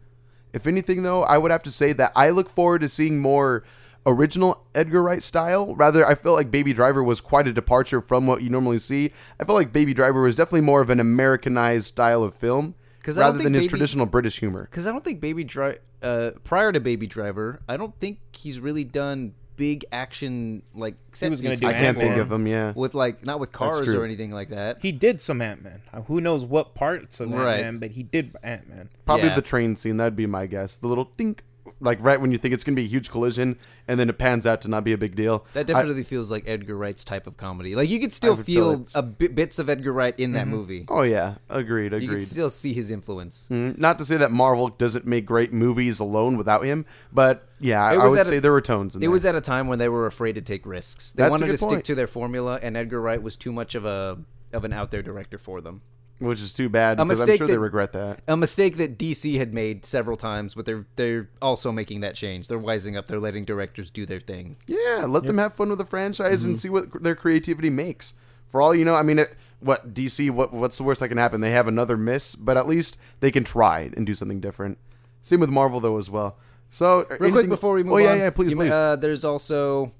Speaker 1: If anything, though, I would have to say that I look forward to seeing more original Edgar Wright style. Rather, I feel like Baby Driver was quite a departure from what you normally see. I feel like Baby Driver was definitely more of an Americanized style of film,
Speaker 2: 'Cause I don't
Speaker 1: rather
Speaker 2: think
Speaker 1: than his
Speaker 2: Baby-
Speaker 1: traditional British humor.
Speaker 2: Because I don't think Baby Driver, uh, prior to Baby Driver, I don't think he's really done big action like set
Speaker 3: was gonna
Speaker 2: pieces
Speaker 3: do
Speaker 1: I can't
Speaker 3: Ant-Man.
Speaker 1: think of him. Yeah,
Speaker 2: with like not with cars
Speaker 1: true.
Speaker 2: or anything like that.
Speaker 3: he did some Ant Man. Who knows what parts of
Speaker 2: Right.
Speaker 3: Ant Man, but he did Ant Man.
Speaker 1: Probably
Speaker 2: Yeah.
Speaker 1: the train scene. That'd be my guess. The little dink, like right when you think it's going to be a huge collision, and then it pans out to not be a big deal.
Speaker 2: That definitely feels like Edgar Wright's type of comedy. Like you could still
Speaker 1: would feel
Speaker 2: feel a bit, bits of Edgar Wright in that movie.
Speaker 1: oh yeah, agreed,
Speaker 2: You could
Speaker 1: agreed.
Speaker 2: still see his influence.
Speaker 1: Mm, Not to say that Marvel doesn't make great movies alone without him, but yeah, I,
Speaker 2: It
Speaker 1: I
Speaker 2: was
Speaker 1: would
Speaker 2: at a-
Speaker 1: say there were tones in
Speaker 2: It
Speaker 1: there.
Speaker 2: was at a time when they were afraid to take risks. They
Speaker 1: That's a
Speaker 2: wanted
Speaker 1: good
Speaker 2: to stick
Speaker 1: point.
Speaker 2: to their formula, and Edgar Wright was too much of a of an out there director for them.
Speaker 1: which is too bad because I'm
Speaker 2: mistake
Speaker 1: sure
Speaker 2: that-
Speaker 1: they regret that.
Speaker 2: a mistake that DC had made several times, but they're they're also making that change. They're wising up. They're letting directors do their thing.
Speaker 1: Yeah, let them have fun with the franchise
Speaker 2: Mm-hmm.
Speaker 1: and see what their creativity makes. For all you know, I mean, it, what DC? What what's the worst that can happen? They have another miss, but at least they can try and do something different. Same with Marvel though as well. So
Speaker 2: Real quick before we move
Speaker 1: oh
Speaker 2: on,
Speaker 1: yeah, yeah, please,
Speaker 2: you may-
Speaker 1: please.
Speaker 2: Uh, there's also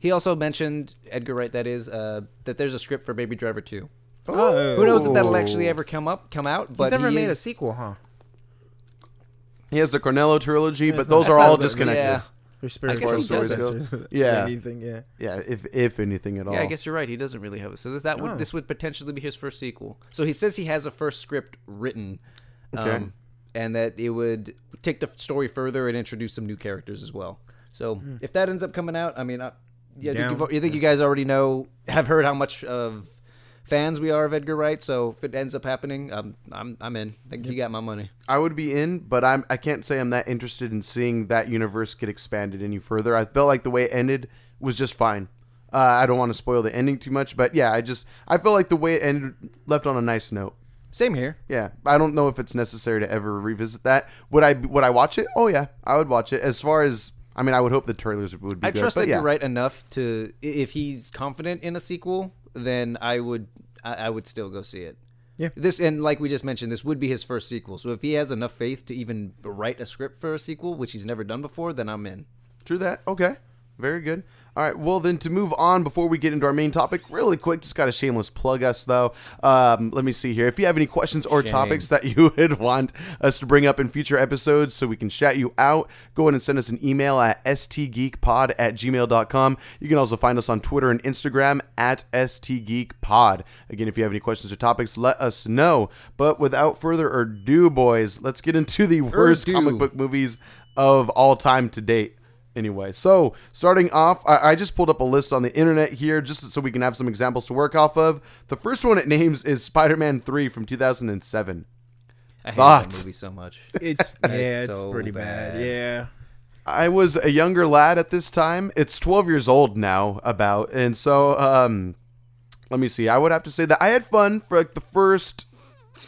Speaker 2: he also mentioned Edgar Wright. That is uh, that there's a script for Baby Driver 2.
Speaker 3: Oh,
Speaker 2: Who knows if that'll actually ever come up, come out? But
Speaker 3: He's never
Speaker 2: he
Speaker 3: made a
Speaker 2: is-
Speaker 3: sequel, huh?
Speaker 1: He has the Cornello trilogy, but
Speaker 3: it's
Speaker 1: those
Speaker 3: not-
Speaker 1: are
Speaker 3: that's
Speaker 1: all
Speaker 3: not-
Speaker 1: disconnected.
Speaker 2: Yeah,
Speaker 1: Yeah.
Speaker 3: Or Spirit
Speaker 2: guess he does
Speaker 1: it. Yeah.
Speaker 3: anything. Yeah.
Speaker 1: if if anything at all.
Speaker 2: yeah. I guess you're right. He doesn't really have it. So this, that would this would potentially be his first sequel. So he says he has a first script written.
Speaker 1: Okay.
Speaker 2: Um, and that it would take the story further and introduce some new characters as well. So if that ends up coming out, I mean, I, yeah, I think,
Speaker 3: Down.
Speaker 2: you've, I think you guys already know, have heard how much of fans we are of Edgar Wright. So if it ends up happening, um, I'm I'm in. I think you got my money.
Speaker 1: I would be in, but I'm I can't say I'm that interested in seeing that universe get expanded any further. I felt like the way it ended was just fine. Uh, I don't want to spoil the ending too much, but yeah, I just I felt like the way it ended left on a nice note.
Speaker 2: Same here.
Speaker 1: Yeah, I don't know if it's necessary to ever revisit that. Would I would I watch it? Oh yeah, I would watch it. As far as I mean, I would hope the trailers would be.
Speaker 2: I
Speaker 1: good,
Speaker 2: trust
Speaker 1: but
Speaker 2: Edgar
Speaker 1: yeah.
Speaker 2: Wright enough to, i- if he's confident in a sequel, then I would I, I would still go see it.
Speaker 3: Yeah.
Speaker 2: This and like we just mentioned, this would be his first sequel. So if he has enough faith to even write a script for a sequel, which he's never done before, then I'm in.
Speaker 1: True that. Okay. Very good. All right. Well, then to move on before we get into our main topic, really quick, just got a shameless plug us though. Um, let me see here. If you have any questions or topics that you would want us to bring up in future episodes so we can shout you out, go ahead and send us an email at stgeekpod at gmail.com. You can also find us on Twitter and Instagram at stgeekpod. Again, if you have any questions or topics, let us know. But without further ado, boys, let's get into the worst
Speaker 2: Ado.
Speaker 1: comic book movies of all time to date anyway so starting off I, I just pulled up a list on the internet here just so we can have some examples to work off of the first one it names is spider-man 3 from 2007
Speaker 2: I hate
Speaker 1: Thoughts?
Speaker 2: that movie so much.
Speaker 3: It's yeah, it's
Speaker 2: so
Speaker 3: pretty bad.
Speaker 2: bad.
Speaker 3: Yeah.
Speaker 1: i was a younger lad at this time it's 12 years old now about and so um let me see i would have to say that i had fun for like the first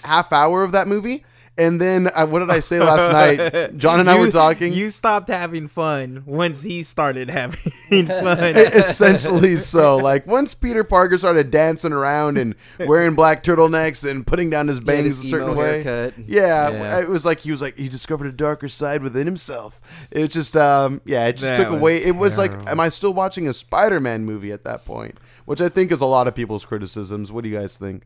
Speaker 1: half hour of that movie and then I, what did i say last night john and i
Speaker 3: You-
Speaker 1: were talking
Speaker 3: You stopped having fun once he started having fun.
Speaker 1: essentially so like once peter parker started dancing around and wearing black turtlenecks and putting down his bangs
Speaker 2: his
Speaker 1: a certain
Speaker 2: emo
Speaker 1: way
Speaker 2: haircut.
Speaker 1: yeah,
Speaker 2: Yeah.
Speaker 1: it was like he was like he discovered a darker side within himself it was just um yeah it just
Speaker 3: That
Speaker 1: took
Speaker 3: was
Speaker 1: away it was like am i still watching a spider-man movie at that point which i think is a lot of people's criticisms what do you guys think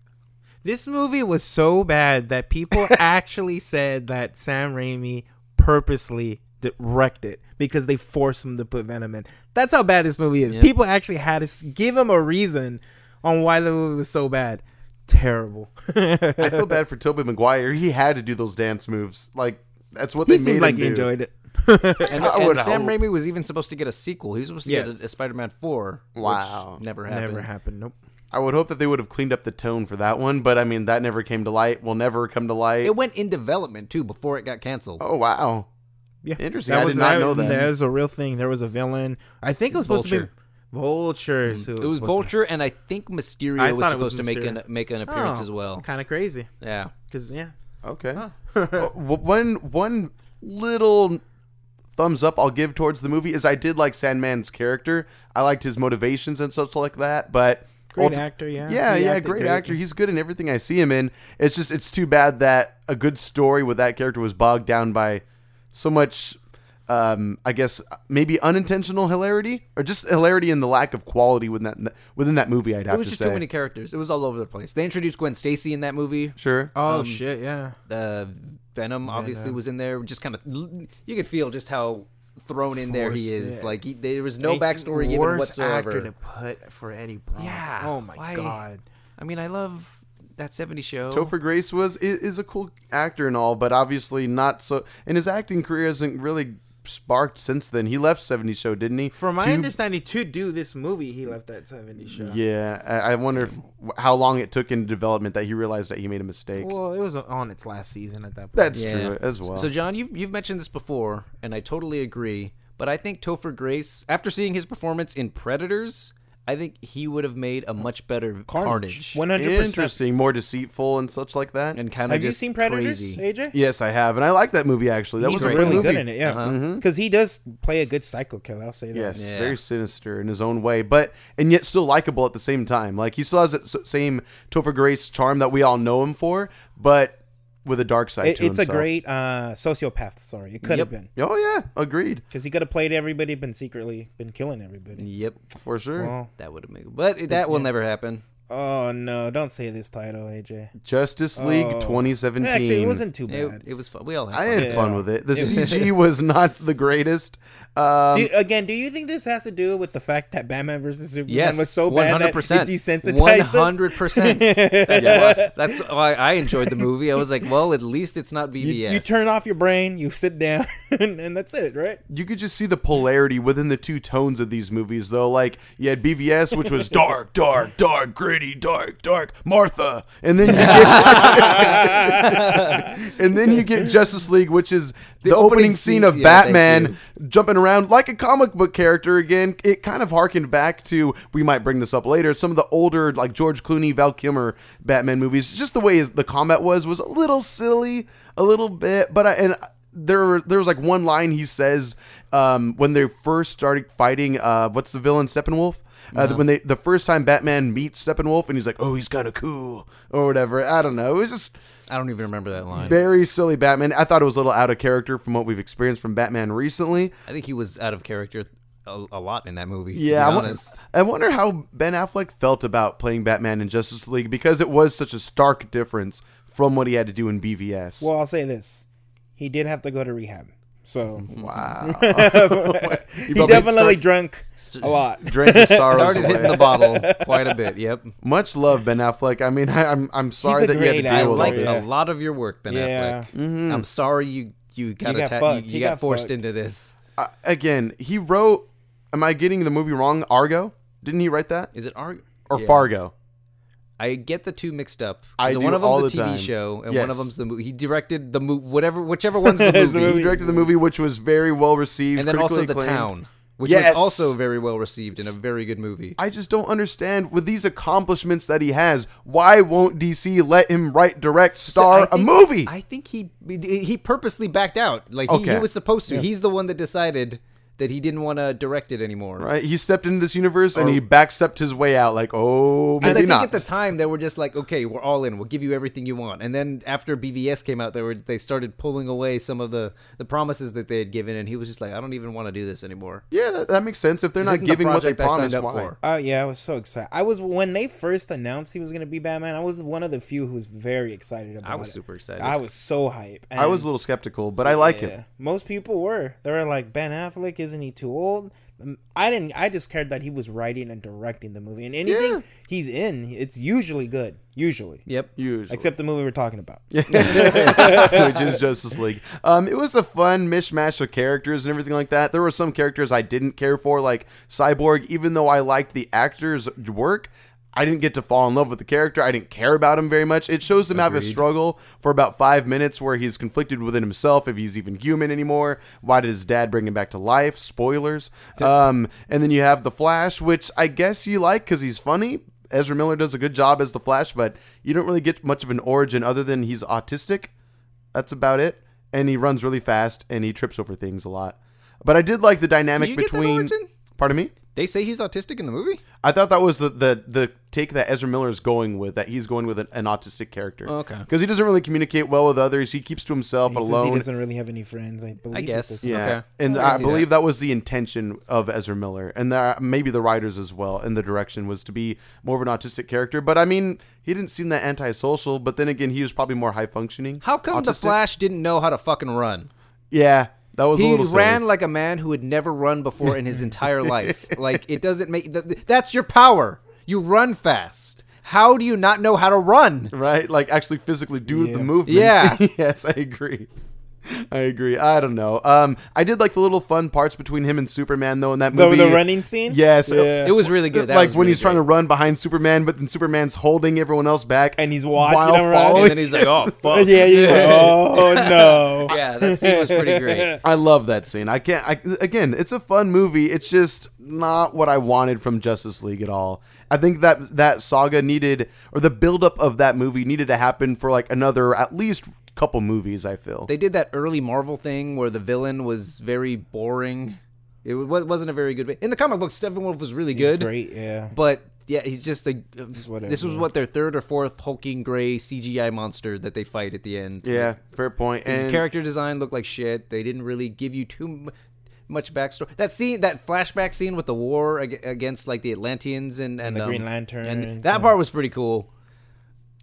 Speaker 3: this movie was so bad that people actually said that Sam Raimi purposely d- wrecked it because they forced him to put Venom in. That's how bad this movie is. People actually had to s- give him a reason on why the movie was so bad. Terrible.
Speaker 1: i feel bad for toby maguire he had to do those dance moves like that's what
Speaker 3: he
Speaker 1: they made
Speaker 3: seemed like
Speaker 1: him
Speaker 3: he
Speaker 1: do.
Speaker 3: enjoyed it.
Speaker 2: And,
Speaker 1: I
Speaker 2: and
Speaker 1: would
Speaker 2: Sam
Speaker 1: hope.
Speaker 2: Raimi was even supposed to get a sequel. He was supposed to get a,
Speaker 3: Yes.
Speaker 2: a Spider-Man four. which
Speaker 1: Wow.
Speaker 2: never happened.
Speaker 3: Never happened. Nope.
Speaker 1: i would hope that they would have cleaned up the tone for that one but i mean that never came to light will never come to light
Speaker 2: It went in development too before it got canceled.
Speaker 1: Oh wow.
Speaker 3: Yeah,
Speaker 1: Interesting. I did not know that.
Speaker 3: That was a real thing. There was a villain. I think it was
Speaker 2: It's
Speaker 3: supposed to be
Speaker 1: Mm.
Speaker 3: vultures. who
Speaker 2: it was
Speaker 3: supposed
Speaker 2: Vulture, and I think Mysterio
Speaker 3: I
Speaker 2: was
Speaker 3: thought it was
Speaker 2: supposed to make an
Speaker 3: Mysterio. Oh,
Speaker 2: make an
Speaker 3: to-
Speaker 2: appearance as well.
Speaker 3: Kind of crazy.
Speaker 2: Yeah,
Speaker 3: Because yeah,
Speaker 1: Okay. Uh, w- one one little thumbs up I'll give towards the movie is I did like Sandman's character. I liked his motivations and such like that, but
Speaker 3: great
Speaker 1: ulti-
Speaker 3: actor. Yeah,
Speaker 1: Yeah,
Speaker 3: He
Speaker 1: yeah,
Speaker 3: acted
Speaker 1: great, actor. He's good in everything I see him in. It's just it's too bad that a good story with that character was bogged down by so much um, I guess maybe unintentional hilarity or just hilarity and the lack of quality within that within that movie I'd have
Speaker 2: it was
Speaker 1: to
Speaker 2: just
Speaker 1: say.
Speaker 2: too many characters. It was all over the place. They introduced Gwen Stacy in that movie.
Speaker 1: Sure.
Speaker 3: Oh shit, yeah.
Speaker 2: Uh, Venom obviously was in there. Just kind of you could feel just how thrown in there he
Speaker 3: Forced,
Speaker 2: is.
Speaker 3: yeah.
Speaker 2: Like he, there was no
Speaker 3: Eight-
Speaker 2: backstory given
Speaker 3: worst
Speaker 2: whatsoever.
Speaker 3: actor to put for Eddie Brock.
Speaker 2: Yeah,
Speaker 3: Oh my
Speaker 2: why-
Speaker 3: god.
Speaker 2: I mean, I love that '70s show.
Speaker 1: Topher Grace was i- is a cool actor and all, but obviously not so. And his acting career hasn't really sparked since then. He left 70 Show, didn't he?
Speaker 3: From my
Speaker 1: To-
Speaker 3: understanding, to do this movie, he left that seventy show.
Speaker 1: yeah, I, I wonder if, how long it took in development that he realized that he made a mistake.
Speaker 3: Well, it was on its last season at that point.
Speaker 1: That's
Speaker 2: Yeah.
Speaker 1: true as well.
Speaker 2: So, John, you've you've mentioned this before, and I totally agree. But I think Topher Grace, after seeing his performance in Predators, I think he would have made a much better Carnage,
Speaker 3: One hundred percent.
Speaker 1: Interesting, more deceitful and such like that.
Speaker 2: and kind of
Speaker 3: Have you seen Predators, AJ?
Speaker 1: yes, I have, and I like that movie actually. That
Speaker 3: He's
Speaker 1: was a
Speaker 3: really
Speaker 1: good movie.
Speaker 3: good in it, yeah. Because he does play a good psycho killer. I'll say that.
Speaker 1: Yes,
Speaker 2: Yeah.
Speaker 1: very sinister in his own way, but and yet still likable at the same time. Like he still has that s- same Topher Grace charm that we all know him for, but with a dark side
Speaker 3: It-
Speaker 1: to
Speaker 3: it's a
Speaker 1: himself.
Speaker 3: great uh, sociopath story. It could have
Speaker 2: Yep.
Speaker 3: been
Speaker 1: Oh yeah, agreed
Speaker 3: because he could have played everybody, been secretly been killing everybody.
Speaker 2: Yep,
Speaker 1: for sure.
Speaker 3: Well,
Speaker 2: that would have made. But it- that will never happen.
Speaker 3: oh no! Don't say this title, AJ.
Speaker 1: Justice League
Speaker 3: Oh.
Speaker 1: 2017.
Speaker 3: Actually, it wasn't too
Speaker 2: It,
Speaker 3: bad.
Speaker 2: it was fun. We all had
Speaker 1: I
Speaker 2: fun.
Speaker 1: had
Speaker 3: Yeah.
Speaker 1: fun with it. The CG was not the greatest. Um,
Speaker 3: do, again, do you think this has to do with the fact that Batman versus Superman
Speaker 2: Yes,
Speaker 3: was so bad
Speaker 2: 100%,
Speaker 3: that it desensitized
Speaker 2: One
Speaker 3: us?
Speaker 2: hundred percent. That's why I enjoyed the movie. I was like, well, at least it's not BBS.
Speaker 3: You, you turn off your brain, you sit down, and, and that's it, right?
Speaker 1: you could just see the polarity within the two tones of these movies, though. Like you had BVS, which was dark, dark, dark, gritty, dark, dark, Martha, and then you get, and then you get Justice League, which is the, opening,
Speaker 2: opening
Speaker 1: scene
Speaker 2: scene-
Speaker 1: of
Speaker 2: yeah, thank
Speaker 1: Batman jumping around like a comic book character again. It kind of harkened back to we might bring this up later. Some of the older like George Clooney, Val Kilmer Batman movies. Just the way his, the combat was was a little silly, a little bit, but I, and there there was like one line he says um, when they first started fighting. Uh, what's the villain Steppenwolf? Uh,
Speaker 2: Uh-huh.
Speaker 1: When they the first time Batman meets Steppenwolf and he's like, oh, he's kind of cool or whatever. I don't know. It was just
Speaker 2: I don't even remember that line.
Speaker 1: very silly Batman. I thought it was a little out of character from what we've experienced from Batman recently.
Speaker 2: I think he was out of character a, a lot in that movie.
Speaker 1: Yeah,
Speaker 2: to
Speaker 1: I
Speaker 2: be
Speaker 1: wonder,
Speaker 2: honest.
Speaker 1: I wonder how Ben Affleck felt about playing Batman in Justice League because it was such a stark difference from what he had to do in BVS.
Speaker 3: Well, I'll say this: he did have to go to rehab, so
Speaker 1: wow,
Speaker 3: he
Speaker 1: probably
Speaker 3: definitely drunk a lot.
Speaker 1: drank his sorrows
Speaker 2: started hitting
Speaker 1: away.
Speaker 2: the bottle quite a bit. Yep,
Speaker 1: Much love, Ben Affleck. I mean, I, I'm I'm sorry
Speaker 3: a
Speaker 1: that you had to
Speaker 3: great
Speaker 1: deal
Speaker 2: I
Speaker 3: actor.
Speaker 1: with all
Speaker 2: like
Speaker 3: liked
Speaker 1: this.
Speaker 2: a lot of your work, Ben
Speaker 3: Yeah.
Speaker 2: Affleck. I'm sorry you you got,
Speaker 3: got
Speaker 2: atta-
Speaker 3: fucked.
Speaker 2: you,
Speaker 3: He
Speaker 2: you got,
Speaker 3: got
Speaker 2: forced
Speaker 3: fucked.
Speaker 2: into this.
Speaker 1: Uh, again, he wrote. Am I getting the movie wrong? Argo? Didn't he write that?
Speaker 2: Is it Ar-
Speaker 1: Or
Speaker 2: yeah.
Speaker 1: Fargo?
Speaker 2: I get the two mixed up.
Speaker 1: I
Speaker 2: So
Speaker 1: do
Speaker 2: one of them's
Speaker 1: all
Speaker 2: a
Speaker 1: the
Speaker 2: TV
Speaker 1: time.
Speaker 2: show, and
Speaker 1: Yes.
Speaker 2: one of them's the movie. He directed the movie, whatever, whichever one's the
Speaker 3: It's the
Speaker 2: movie,
Speaker 1: He directed the movie, which was very well received,
Speaker 2: and then also
Speaker 1: critically
Speaker 2: the
Speaker 1: acclaimed.
Speaker 2: town, which
Speaker 1: Yes.
Speaker 2: was also very well received and a very good movie.
Speaker 1: I just don't understand with these accomplishments that he has, why won't DC let him write, direct, star
Speaker 2: I think-
Speaker 1: a movie?
Speaker 2: I think he he purposely backed out. Like he,
Speaker 1: Okay.
Speaker 2: he was supposed to. He's the one that decided that he didn't want to direct it anymore.
Speaker 1: right? He stepped into this universe and he backstepped his way out. Like, oh,
Speaker 2: Because Oh. I
Speaker 1: maybe
Speaker 2: think
Speaker 1: not.
Speaker 2: at the time they were just like, okay, we're all in. We'll give you everything you want. And then after BVS came out, they were they started pulling away some of the the promises that they had given, and he was just like, I don't even want to do this anymore.
Speaker 1: yeah, that, that makes sense. If they're
Speaker 2: This
Speaker 1: not
Speaker 2: isn't
Speaker 1: giving
Speaker 2: the
Speaker 1: what they
Speaker 2: project I signed
Speaker 1: promised,
Speaker 2: up
Speaker 1: why?
Speaker 2: for.
Speaker 3: Oh yeah, I was so excited. I was when they first announced he was gonna be Batman. I was one of the few who was very excited about it.
Speaker 2: I was super excited.
Speaker 3: I was so hype.
Speaker 1: I was a little skeptical, but I like him.
Speaker 3: Most people were. They were like, Ben Affleck, isn't he too old? Um, I didn't. I just cared that he was writing and directing the movie, and anything
Speaker 1: Yeah.
Speaker 3: he's in, it's usually good. Usually,
Speaker 2: Yep.
Speaker 1: Usually.
Speaker 3: except the movie we're talking about.
Speaker 1: which is Justice League. Um, it was a fun mishmash of characters and everything like that. There were some characters I didn't care for, like Cyborg. Even though I liked the actor's work, I didn't get to fall in love with the character. I didn't care about him very much. It shows him have a struggle for about five minutes where he's conflicted within himself if he's even human anymore. Why did his dad bring him back to life? Spoilers. Um, and then you have the Flash, which I guess you like because he's funny. Ezra Miller does a good job as the Flash, but you don't really get much of an origin other than he's autistic. That's about it. And he runs really fast and he trips over things a lot. But I did like the dynamic
Speaker 2: you get that
Speaker 1: between.
Speaker 2: origin?
Speaker 1: Pardon me.
Speaker 2: They say he's autistic in the movie.
Speaker 1: I thought that was the, the the take that Ezra Miller is going with that he's going with an, an autistic character.
Speaker 2: okay.
Speaker 1: Because he doesn't really communicate well with others. He keeps to himself
Speaker 3: He says he
Speaker 1: alone.
Speaker 3: doesn't really have any friends. I believe.
Speaker 2: I
Speaker 3: at
Speaker 2: guess.
Speaker 3: this-
Speaker 1: yeah,
Speaker 2: Okay.
Speaker 1: and
Speaker 2: I can
Speaker 1: I,
Speaker 2: see
Speaker 1: believe that. was the intention of Ezra Miller, and that, maybe the writers as well, and the direction was to be more of an autistic character. But I mean, he didn't seem that antisocial. But then again, he was probably more high functioning.
Speaker 2: How come the
Speaker 1: autistic.
Speaker 2: Flash didn't know how to fucking run?
Speaker 1: Yeah, that was a
Speaker 2: He
Speaker 1: little. silly.
Speaker 2: ran like a man who had never run before in his entire life. Like it doesn't make th- th- that's your power. You run fast. How do you not know how to run?
Speaker 1: right? Like actually physically do the movement.
Speaker 2: Yeah.
Speaker 1: yes, I agree. I agree. I don't know. Um, I did like the little fun parts between him and Superman though in that
Speaker 3: The,
Speaker 1: movie.
Speaker 3: the running scene.
Speaker 1: Yes.
Speaker 3: Yeah.
Speaker 2: It was really good. That
Speaker 1: like
Speaker 2: was
Speaker 1: when
Speaker 2: really
Speaker 1: he's trying to
Speaker 2: great.
Speaker 1: run behind Superman, but then Superman's holding everyone else back,
Speaker 3: And he's watching
Speaker 1: while
Speaker 3: him run.
Speaker 1: following-
Speaker 2: and then he's like, "Oh fuck."
Speaker 3: yeah, yeah. oh no.
Speaker 2: Yeah, that scene was pretty great.
Speaker 1: I love that scene. I can't. I, again, it's a fun movie. It's just not what I wanted from Justice League at all. I think that that saga needed, or the buildup of that movie needed to happen for like another at least couple movies. I feel.
Speaker 2: They did that early Marvel thing where the villain was very boring. It wa- wasn't a very good. vi- In the comic books, Steppenwolf was really good,
Speaker 3: Great. Yeah.
Speaker 2: but yeah, he's just a. This was
Speaker 3: whatever.
Speaker 2: what their third or fourth hulking gray CGI monster that they fight at the end.
Speaker 1: yeah, fair point.
Speaker 2: His
Speaker 1: And-
Speaker 2: character design looked like shit. They didn't really give you too m- much backstory. That scene, that flashback scene with the war ag- against like the Atlanteans and and,
Speaker 3: the
Speaker 2: um,
Speaker 3: Green Lantern
Speaker 2: and
Speaker 3: and
Speaker 2: that
Speaker 3: some-
Speaker 2: part was pretty cool.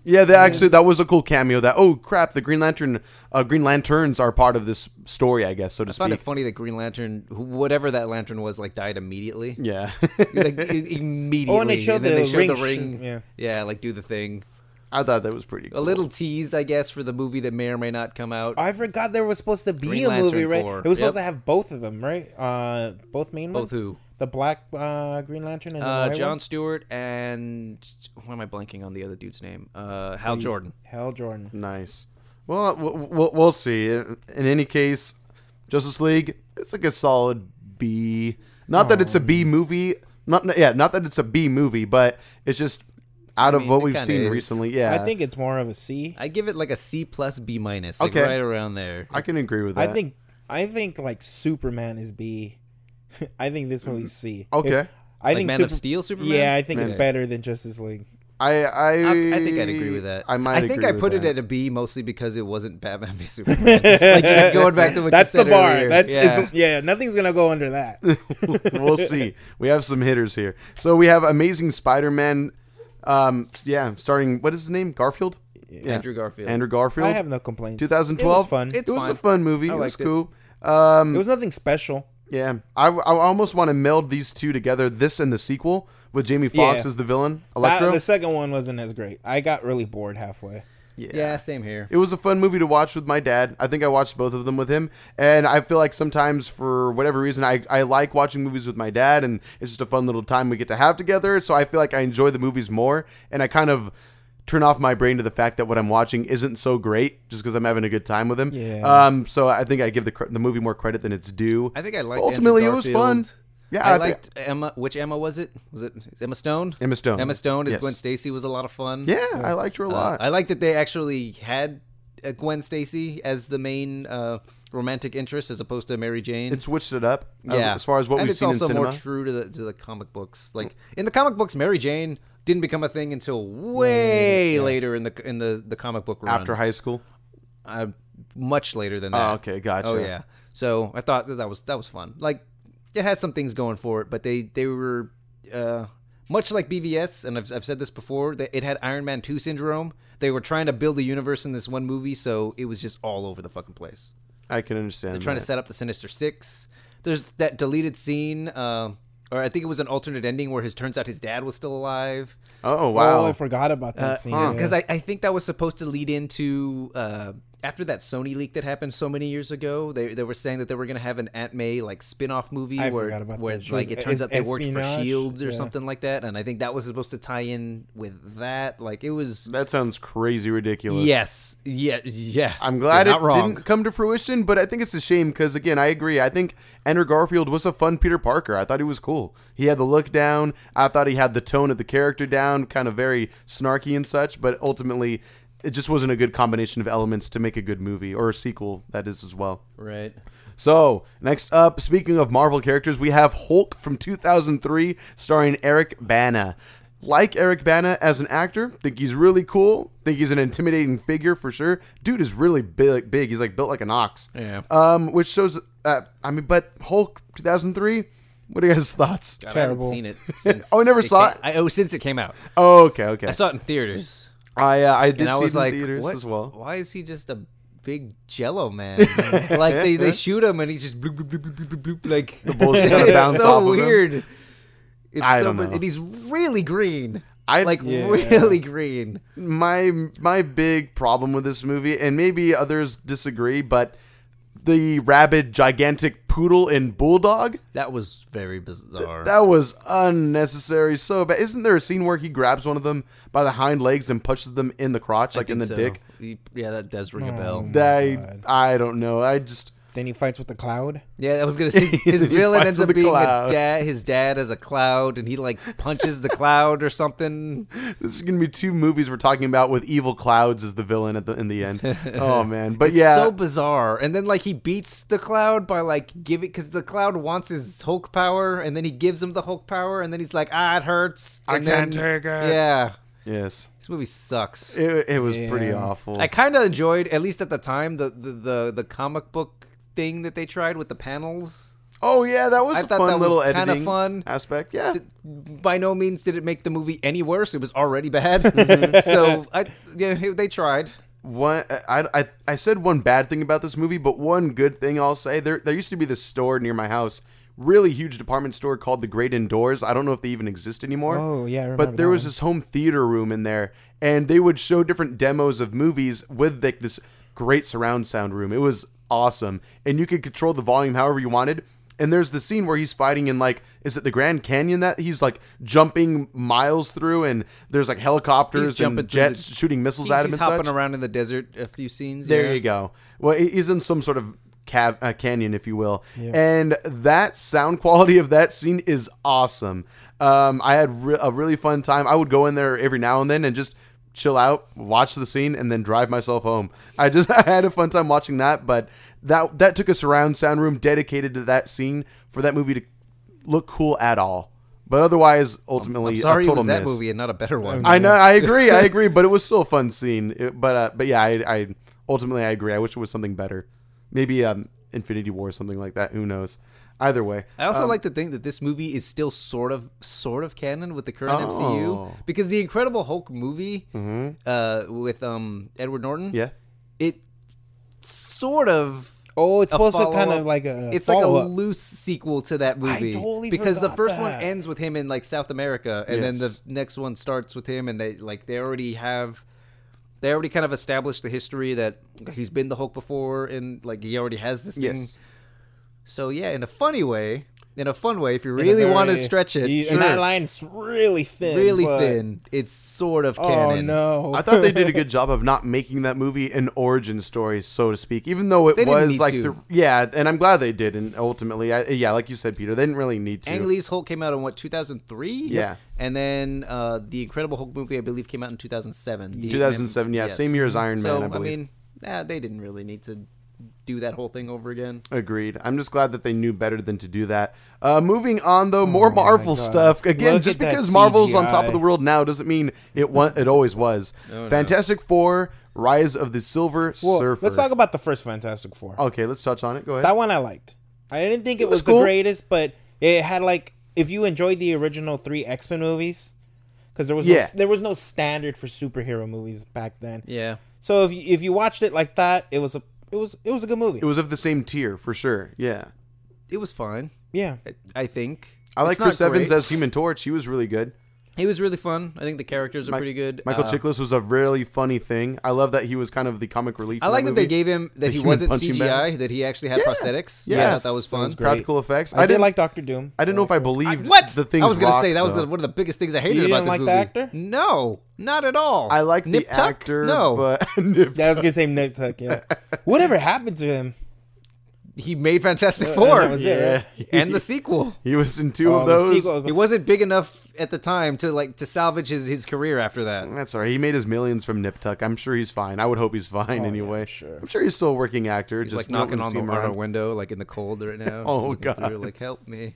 Speaker 1: Yeah, that actually that was a cool cameo. That oh crap, the Green Lantern, uh, Green Lanterns are part of this story, I guess, so to
Speaker 2: I found
Speaker 1: speak.
Speaker 2: it funny that Green Lantern, wh- whatever that lantern was, like died immediately.
Speaker 1: yeah,
Speaker 2: like i- immediately.
Speaker 3: Oh, and they showed
Speaker 2: then
Speaker 3: the
Speaker 2: they showed
Speaker 3: ring
Speaker 2: the
Speaker 3: sh-
Speaker 2: ring.
Speaker 3: yeah.
Speaker 2: like do the thing.
Speaker 1: I thought that was pretty. Cool.
Speaker 2: A little tease, I guess, for the movie that may or may not come out.
Speaker 3: I forgot there was supposed to be
Speaker 2: Green
Speaker 3: a
Speaker 2: Lantern
Speaker 3: movie, right?
Speaker 2: Corps.
Speaker 3: It was supposed
Speaker 2: Yep.
Speaker 3: to have both of them, right? Uh, both main
Speaker 2: Both
Speaker 3: ones.
Speaker 2: who?
Speaker 3: The black uh, Green Lantern and the
Speaker 2: Uh,
Speaker 3: white
Speaker 2: John
Speaker 3: one?
Speaker 2: Stewart and why am I blanking on the other dude's name? Uh, Hal Jordan.
Speaker 3: Hal Jordan.
Speaker 1: nice. Well, w- w- we'll see. In any case, Justice League, it's like a solid B. Not that it's a B movie. Not yeah, not that it's a B movie, but it's just. out
Speaker 2: I
Speaker 1: of
Speaker 2: mean,
Speaker 1: what
Speaker 2: it
Speaker 1: we've
Speaker 2: kinda
Speaker 1: seen
Speaker 2: is.
Speaker 1: recently. Yeah,
Speaker 3: I think it's more of a C.
Speaker 2: I give it like a C plus B minus, like
Speaker 1: Okay.
Speaker 2: right around there.
Speaker 1: I can agree with
Speaker 3: I
Speaker 1: that.
Speaker 3: think I think like Superman is B. I think this movie's C.
Speaker 1: Mm. Okay.
Speaker 3: If- I
Speaker 2: Like
Speaker 3: think
Speaker 2: Man of
Speaker 3: Sup-
Speaker 2: Steel, Superman.
Speaker 3: Yeah, I think
Speaker 1: Man
Speaker 3: it's
Speaker 1: of-
Speaker 3: better than Justice League.
Speaker 1: I I,
Speaker 2: I, I think I'd agree with that.
Speaker 1: I might.
Speaker 2: I think
Speaker 1: agree
Speaker 2: I
Speaker 1: with
Speaker 2: put
Speaker 1: that.
Speaker 2: it at a B mostly because it wasn't Batman v Superman. like just going back to what
Speaker 3: That's
Speaker 2: you
Speaker 3: the
Speaker 2: said
Speaker 3: bar.
Speaker 2: earlier.
Speaker 3: That's
Speaker 2: yeah.
Speaker 3: yeah. yeah. Nothing's gonna go under that.
Speaker 1: we'll see. We have some hitters here. So we have Amazing Spider-Man. Um, yeah, starring what is his name? Garfield. Yeah.
Speaker 2: Andrew Garfield.
Speaker 1: Andrew Garfield.
Speaker 3: I have no complaints.
Speaker 1: 2012.
Speaker 3: It was fun.
Speaker 1: it
Speaker 2: It's
Speaker 1: was a
Speaker 2: fine.
Speaker 1: fun movie.
Speaker 2: I
Speaker 1: it was
Speaker 2: liked it.
Speaker 1: cool. Um,
Speaker 3: it was nothing special.
Speaker 1: yeah, I, I almost want to meld these two together. This and the sequel with Jamie Foxx
Speaker 3: Yeah.
Speaker 1: as the villain,
Speaker 3: That-
Speaker 1: Electro.
Speaker 3: the second one wasn't as great. I got really bored halfway.
Speaker 2: yeah, same here.
Speaker 1: It was a fun movie to watch with my dad. I think I watched both of them with him. And I feel like sometimes, for whatever reason, I, I like watching movies with my dad, and it's just a fun little time we get to have together. So I feel like I enjoy the movies more, and I kind of turn off my brain to the fact that what I'm watching isn't so great just because I'm having a good time with him.
Speaker 3: Yeah.
Speaker 1: Um, so I think I give the, cre- the movie more credit than it's due.
Speaker 2: I think I liked.
Speaker 1: Ultimately,
Speaker 2: Andrew
Speaker 1: it was fun.
Speaker 2: Garfield.
Speaker 1: Yeah,
Speaker 2: I,
Speaker 1: I thi-
Speaker 2: liked Emma. Which Emma was it? Was it is Emma Stone?
Speaker 1: Emma Stone.
Speaker 2: Emma Stone as
Speaker 1: Yes.
Speaker 2: Gwen Stacy was a lot of fun.
Speaker 1: Yeah, I liked her a
Speaker 2: Uh,
Speaker 1: lot.
Speaker 2: I like that they actually had uh, Gwen Stacy as the main uh, romantic interest as opposed to Mary Jane.
Speaker 1: it switched it up as-
Speaker 2: yeah.
Speaker 1: as far as what
Speaker 2: and
Speaker 1: we've
Speaker 2: it's
Speaker 1: seen in
Speaker 2: also
Speaker 1: cinema.
Speaker 2: more true to the to the comic books. Like in the comic books, Mary Jane didn't become a thing until way later in the in the the comic book run.
Speaker 1: after high school.
Speaker 2: uh, much later than that.
Speaker 1: Oh, okay, gotcha.
Speaker 2: Oh yeah. So I thought that, that was that was fun. Like it had some things going for it, but they they were uh, much like BVS, and I've, I've said this before that it had Iron Man two syndrome. They were trying to build a universe in this one movie, so it was just all over the fucking place.
Speaker 1: I can understand.
Speaker 2: Trying
Speaker 1: that.
Speaker 2: to set up the Sinister Six. There's that deleted scene, uh, or I think it was an alternate ending where his turns out his dad was still alive.
Speaker 1: Oh wow!
Speaker 3: Oh, I forgot about that scene. yeah.
Speaker 2: Because I, I think that was supposed to lead into uh, after that Sony leak that happened so many years ago. They, they were saying that they were going to have an Aunt May like spin-off movie
Speaker 3: I
Speaker 2: where
Speaker 3: forgot about
Speaker 2: where
Speaker 3: that. She
Speaker 2: like
Speaker 3: was
Speaker 2: it turns
Speaker 3: es-
Speaker 2: out they worked for
Speaker 3: espionage,
Speaker 2: Shields E or
Speaker 3: yeah.
Speaker 2: something like that. And I think that was supposed to tie in with that. Like it was
Speaker 1: That sounds crazy ridiculous.
Speaker 2: yes, yeah, yeah.
Speaker 1: I'm glad
Speaker 2: You're
Speaker 1: it
Speaker 2: not wrong.
Speaker 1: didn't come to fruition, but I think it's a shame because again, I agree. I think Andrew Garfield was a fun Peter Parker. I thought he was cool. He had the look down. I thought he had the tone of the character down, kind of very snarky and such. But ultimately, it just wasn't a good combination of elements to make a good movie or a sequel. That is as well.
Speaker 2: Right.
Speaker 1: So, next up, speaking of Marvel characters, we have Hulk from 2003, starring Eric Bana. Like Eric Bana as an actor, think he's really cool. Think he's an intimidating figure for sure. Dude is really big. Big. He's like built like an ox.
Speaker 2: Yeah.
Speaker 1: Um, which shows. Uh, I mean, but Hulk 2003. What are you guys' thoughts?
Speaker 2: God, I haven't
Speaker 3: Terrible.
Speaker 2: seen it. Since
Speaker 1: Oh, I never saw
Speaker 2: came, I, oh, since it came out,
Speaker 1: Oh, okay, okay.
Speaker 2: I saw it in theaters,
Speaker 1: I uh, I did
Speaker 2: and I
Speaker 1: see
Speaker 2: was
Speaker 1: it in
Speaker 2: like,
Speaker 1: theaters
Speaker 2: what?
Speaker 1: as well.
Speaker 2: Why is he just a big Jello man? like they, they shoot him, and he just bloop, bloop, bloop, bloop, bloop, bloop, bloop, like the
Speaker 1: ball's just kinda bounce
Speaker 2: so
Speaker 1: off of him.
Speaker 2: weird. It's
Speaker 1: I
Speaker 2: so
Speaker 1: don't
Speaker 2: mu-
Speaker 1: know.
Speaker 2: and he's really green.
Speaker 1: I-
Speaker 2: like
Speaker 3: Yeah.
Speaker 2: really green.
Speaker 1: my my big problem with this movie, and maybe others disagree, but the rabid, gigantic poodle and bulldog
Speaker 2: That was very bizarre.
Speaker 1: that was unnecessary. So bad. Isn't there a scene where he grabs one of them by the hind legs and punches them in the crotch, like in the dick?
Speaker 2: Yeah, that does ring a bell.
Speaker 1: That I, I don't know. I just
Speaker 3: Then he fights with the cloud.
Speaker 2: Yeah, I was gonna say his
Speaker 1: He
Speaker 2: villain
Speaker 1: fights
Speaker 2: ends
Speaker 1: with the
Speaker 2: up being a
Speaker 1: cloud.
Speaker 2: dad, his dad as a cloud, and he like punches the cloud or something.
Speaker 1: this is gonna be two movies we're talking about with evil clouds as the villain at the in the end. oh man, but
Speaker 2: It's
Speaker 1: yeah,
Speaker 2: so bizarre. And then like he beats the cloud by like giving because the cloud wants his Hulk power, and then he gives him the Hulk power, and then he's like, ah, it hurts.
Speaker 3: I
Speaker 2: And
Speaker 3: can't
Speaker 2: then-
Speaker 3: take it.
Speaker 2: Yeah,
Speaker 1: yes,
Speaker 2: this movie sucks.
Speaker 1: it, it was pretty
Speaker 3: Yeah.
Speaker 1: awful.
Speaker 2: I kind of enjoyed, at least at the time, the the, the the comic book thing that they tried with the panels.
Speaker 1: oh yeah, that was
Speaker 2: I
Speaker 1: a
Speaker 2: thought
Speaker 1: fun
Speaker 2: that was
Speaker 1: little
Speaker 2: kinda
Speaker 1: editing
Speaker 2: fun.
Speaker 1: aspect. Yeah,
Speaker 2: By no means did it make the movie any worse. It was already bad.
Speaker 1: Mm-hmm.
Speaker 2: so I, yeah, they tried.
Speaker 1: one I, I I said one bad thing about this movie, but one good thing I'll say there there used to be this store near my house, really huge department store called the Great Indoors. I don't know if they even exist anymore.
Speaker 3: Oh, yeah, I
Speaker 1: but
Speaker 3: remember
Speaker 1: there
Speaker 3: that
Speaker 1: was
Speaker 3: one.
Speaker 1: this home theater room in there, and they would show different demos of movies with like this great surround sound room. It was awesome, and you could control the volume however you wanted. And there's the scene where he's fighting in like, is it the Grand Canyon that he's like jumping miles through, and there's like helicopters
Speaker 2: jumping
Speaker 1: and
Speaker 2: through the-
Speaker 1: jets shooting missiles
Speaker 2: He's,
Speaker 1: at him
Speaker 2: he's
Speaker 1: and
Speaker 2: hopping
Speaker 1: such.
Speaker 2: around in the desert a few scenes.
Speaker 1: There
Speaker 2: yeah.
Speaker 1: you go. Well, he- he's in some sort of cav- uh, canyon, if you will. And that sound quality of that scene is awesome. Um, I had re- a really fun time. I would go in there every now and then and just chill out, watch the scene, and then drive myself home. I just I had a fun time watching that, but that that took a surround sound room dedicated to that scene for that movie to look cool at all. But otherwise, ultimately,
Speaker 2: I'm sorry
Speaker 1: a
Speaker 2: it
Speaker 1: total
Speaker 2: was that
Speaker 1: miss.
Speaker 2: movie and not a better one.
Speaker 1: I know, I agree, I agree, but it was still a fun scene. It- but uh, but yeah, I, I ultimately I agree. I wish it was something better, maybe um, Infinity War or something like that. Who knows? Either way,
Speaker 2: I also like to think that this movie is still sort of sort of canon with the current
Speaker 1: Oh. Mm-hmm.
Speaker 2: MCU because the Incredible Hulk movie uh, with um, Edward Norton,
Speaker 1: yeah,
Speaker 2: it sort of
Speaker 3: Oh, it's
Speaker 2: a
Speaker 3: supposed to kind
Speaker 2: follow-up.
Speaker 3: of like a.
Speaker 2: it's like
Speaker 3: follow-up.
Speaker 2: a loose sequel to that movie
Speaker 3: totally
Speaker 2: because the
Speaker 3: forgot
Speaker 2: first one
Speaker 3: that.
Speaker 2: ends with him in like South America and then the
Speaker 1: Yes.
Speaker 2: next one starts with him and they like they already have they already kind of established the history that he's been the Hulk before and like he already has this thing.
Speaker 1: yes.
Speaker 2: So yeah, in a funny way, in a fun way, if you
Speaker 3: in a
Speaker 2: really want to
Speaker 3: very- e,
Speaker 2: stretch it,
Speaker 3: you- And
Speaker 2: sure,
Speaker 3: that line's really thin.
Speaker 2: really
Speaker 3: but-
Speaker 2: thin, it's sort of
Speaker 3: Oh
Speaker 2: canon.
Speaker 3: no!
Speaker 1: I thought they did a good job of not making that movie an origin story, so to speak. Even though it
Speaker 2: They didn't
Speaker 1: was
Speaker 2: need
Speaker 1: like
Speaker 2: to.
Speaker 1: the yeah, and I'm glad they did. And ultimately, I, yeah, like you said, Peter, they didn't really need to.
Speaker 2: Ang Lee's Hulk came out in what 2003?
Speaker 1: Yeah.
Speaker 2: and then uh, the Incredible Hulk movie, I believe, came out in 2007. The
Speaker 1: 2007, yeah,
Speaker 2: Yes.
Speaker 1: same year as Iron
Speaker 2: so
Speaker 1: Man, I
Speaker 2: I,
Speaker 1: believe.
Speaker 2: mean, nah, they didn't really need to do that whole thing over again.
Speaker 1: Agreed. I'm just glad that they knew better than to do that. Uh, moving on, though, more Marvel
Speaker 3: Oh God.
Speaker 1: stuff. Again,
Speaker 3: Look
Speaker 1: just
Speaker 3: at that
Speaker 1: because Marvel's on top of
Speaker 3: CGI.
Speaker 1: the world now doesn't mean it wa- it always was. Fantastic Four: Rise of the Silver
Speaker 3: Well,
Speaker 1: Surfer.
Speaker 3: let's talk about the first Fantastic Four.
Speaker 1: okay, let's touch on it. Go ahead.
Speaker 3: That one I liked. I didn't think it,
Speaker 1: was
Speaker 3: was,
Speaker 1: cool.
Speaker 3: the greatest, but it had like if you enjoyed the original three X Men movies, because there was no,
Speaker 1: Yeah.
Speaker 3: there was no standard for superhero movies back then.
Speaker 2: Yeah,
Speaker 3: So if you, if you watched it like that, it was a it was it was a good movie.
Speaker 1: it was of the same tier for sure. Yeah,
Speaker 2: it was fine.
Speaker 3: yeah,
Speaker 2: I, I think.
Speaker 1: I like
Speaker 2: It's not
Speaker 1: Chris Evans
Speaker 2: great.
Speaker 1: as Human Torch. He was really good.
Speaker 2: He was really fun. I think the characters are
Speaker 1: Mi-
Speaker 2: pretty good.
Speaker 1: Michael
Speaker 2: Uh,
Speaker 1: Chiklis was a really funny thing. I love that he was kind of the comic relief.
Speaker 2: I
Speaker 1: in
Speaker 2: like that
Speaker 1: that
Speaker 2: they
Speaker 1: movie.
Speaker 2: gave him that he
Speaker 1: human
Speaker 2: wasn't
Speaker 1: punching
Speaker 2: CGI,
Speaker 1: bag.
Speaker 2: that he actually had
Speaker 1: Yeah.
Speaker 2: prosthetics. I
Speaker 1: Yes,
Speaker 2: thought that was
Speaker 3: that
Speaker 2: fun.
Speaker 3: was great.
Speaker 1: practical effects.
Speaker 3: I, did
Speaker 1: didn't
Speaker 3: like Doctor Doom.
Speaker 1: I didn't know if I
Speaker 2: I-
Speaker 1: believed
Speaker 2: what
Speaker 1: the things.
Speaker 2: I was gonna
Speaker 1: rocked,
Speaker 2: say that was
Speaker 1: though.
Speaker 2: the, one of the biggest things I hated
Speaker 3: You
Speaker 2: about
Speaker 3: didn't
Speaker 2: this
Speaker 3: like the
Speaker 2: movie.
Speaker 3: actor?
Speaker 2: No, not at all.
Speaker 1: I like
Speaker 2: Nip
Speaker 1: the
Speaker 2: Tuck?
Speaker 1: actor,
Speaker 2: No,
Speaker 1: but Nip
Speaker 3: Yeah, I was gonna say Nick Tuck. Yeah, whatever happened to him?
Speaker 2: he made Fantastic Four
Speaker 3: that was it.
Speaker 1: Yeah,
Speaker 2: and the sequel.
Speaker 1: he was in two
Speaker 3: Oh,
Speaker 1: of
Speaker 3: the
Speaker 1: those.
Speaker 3: sequel-
Speaker 2: He wasn't big enough at the time to like to salvage his, his career after that.
Speaker 1: That's all right. He made his millions from Nip Tuck. I'm sure he's fine. I would hope he's fine anyway.
Speaker 3: I'm Oh, sure.
Speaker 1: I'm sure he's still a working actor.
Speaker 2: He's
Speaker 1: just
Speaker 2: like
Speaker 1: we don't
Speaker 2: knocking
Speaker 1: really
Speaker 2: on
Speaker 1: see
Speaker 2: the
Speaker 1: him
Speaker 2: on our
Speaker 1: around.
Speaker 2: window, like in the cold right now.
Speaker 1: Oh,
Speaker 2: just looking
Speaker 1: God.
Speaker 2: Through, like help me.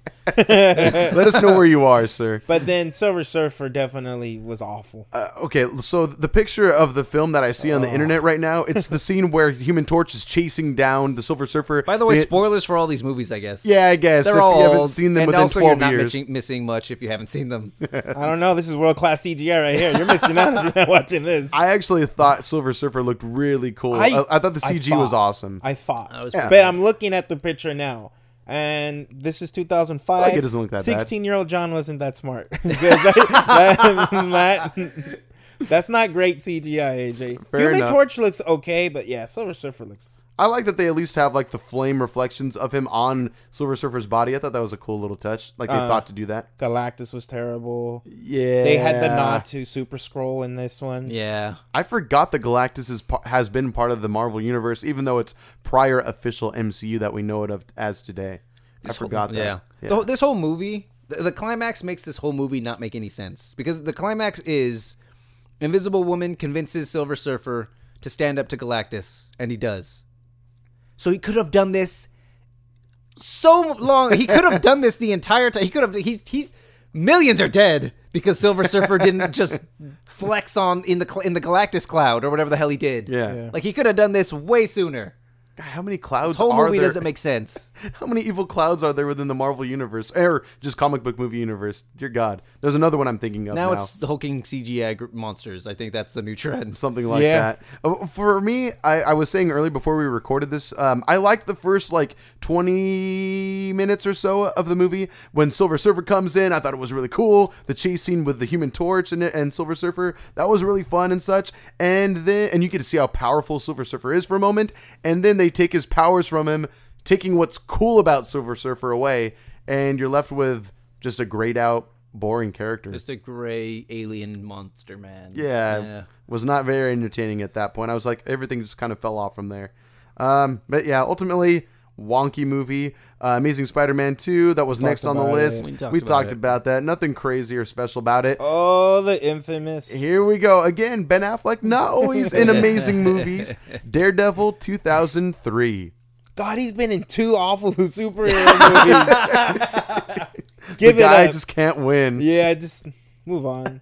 Speaker 1: Let us know where you are, sir.
Speaker 3: But then Silver Surfer definitely was awful.
Speaker 1: Uh, okay, so the picture of the film that I see on
Speaker 3: Oh.
Speaker 1: the internet right now, it's the scene where Human Torch is chasing down the Silver Surfer.
Speaker 2: By the way,
Speaker 1: It-
Speaker 2: spoilers for all these movies, I guess.
Speaker 1: yeah, I guess
Speaker 2: they're
Speaker 1: if
Speaker 2: all
Speaker 1: you haven't
Speaker 2: old,
Speaker 1: seen them
Speaker 2: and
Speaker 1: within
Speaker 2: also
Speaker 1: 12
Speaker 2: you're
Speaker 1: years.
Speaker 2: not missing, missing much if you haven't seen them.
Speaker 3: I don't know. This is world class CGI right here. You're missing out if you're not watching this.
Speaker 1: I actually thought Silver Surfer looked really cool. I, I thought the
Speaker 3: I
Speaker 1: CG was
Speaker 3: thought-
Speaker 1: awesome.
Speaker 3: I thought.
Speaker 2: I was
Speaker 1: Yeah.
Speaker 3: But I'm looking at the picture now. And this is 2005.
Speaker 1: Like, it doesn't look that bad.
Speaker 3: 16 year old John wasn't that smart. 'Cause that- that- that- that's not great CGI, AJ.
Speaker 1: Fair
Speaker 3: Human
Speaker 1: enough.
Speaker 3: Torch looks okay, but yeah, Silver Surfer looks.
Speaker 1: I like that they at least have like the flame reflections of him on Silver Surfer's body. I thought that was a cool little touch. Like they thought to do that.
Speaker 3: Galactus was terrible.
Speaker 1: Yeah,
Speaker 3: Uh, They had the nod to Super Scroll in this one.
Speaker 2: Yeah,
Speaker 1: I forgot that Galactus is, pa- has been part of the Marvel universe, even though it's prior official MCU that we know it of as today. I forgot that.
Speaker 2: Yeah. The whole- this whole movie, the, the climax makes this whole movie not make any sense because the climax is Invisible Woman convinces Silver Surfer to stand up to Galactus, and he does. So he could have done this so long. He could have done this the entire time. He could have. He's he's millions are dead because Silver Surfer didn't just flex on in the cl- in the Galactus cloud or whatever the hell he did.
Speaker 1: Yeah.
Speaker 2: Like he could have done this way sooner.
Speaker 1: God, how many clouds
Speaker 2: This whole
Speaker 1: are
Speaker 2: movie
Speaker 1: there?
Speaker 2: doesn't make sense.
Speaker 1: how many evil clouds are there within the Marvel universe or just comic book movie universe? Dear God, there's another one I'm thinking of now.
Speaker 2: Now it's the hulking CGI gr- monsters. I think that's the new trend.
Speaker 1: something like
Speaker 3: Yeah.
Speaker 1: that. Uh, For me, I, I was saying earlier before we recorded this, um, I liked the first like 20 minutes or so of the movie when Silver Surfer comes in. I thought it was really cool. The chase scene with the Human Torch and and Silver Surfer that was really fun and such. And then and you get to see how powerful Silver Surfer is for a moment. And then they take his powers from him, taking what's cool about Silver Surfer away, and you're left with just a grayed out, boring character.
Speaker 2: Just a gray alien monster man.
Speaker 1: Yeah, was not very entertaining at that point. I was like, everything just kind of fell off from there. Um, but yeah, ultimately, wonky movie. Uh, Amazing Spider-Man 2, that was next on the
Speaker 3: about
Speaker 1: list.
Speaker 3: it.
Speaker 1: We
Speaker 3: We
Speaker 1: talked,
Speaker 2: talked about
Speaker 1: about,
Speaker 2: it.
Speaker 1: that. Nothing crazy or special about it.
Speaker 3: Oh, the infamous.
Speaker 1: Here we go again. Ben Affleck, not always in amazing movies. Daredevil 2003.
Speaker 3: God, he's been in two awful superhero movies. Give
Speaker 1: the
Speaker 3: it
Speaker 1: guy
Speaker 3: up.
Speaker 1: just can't win.
Speaker 3: yeah, just move on.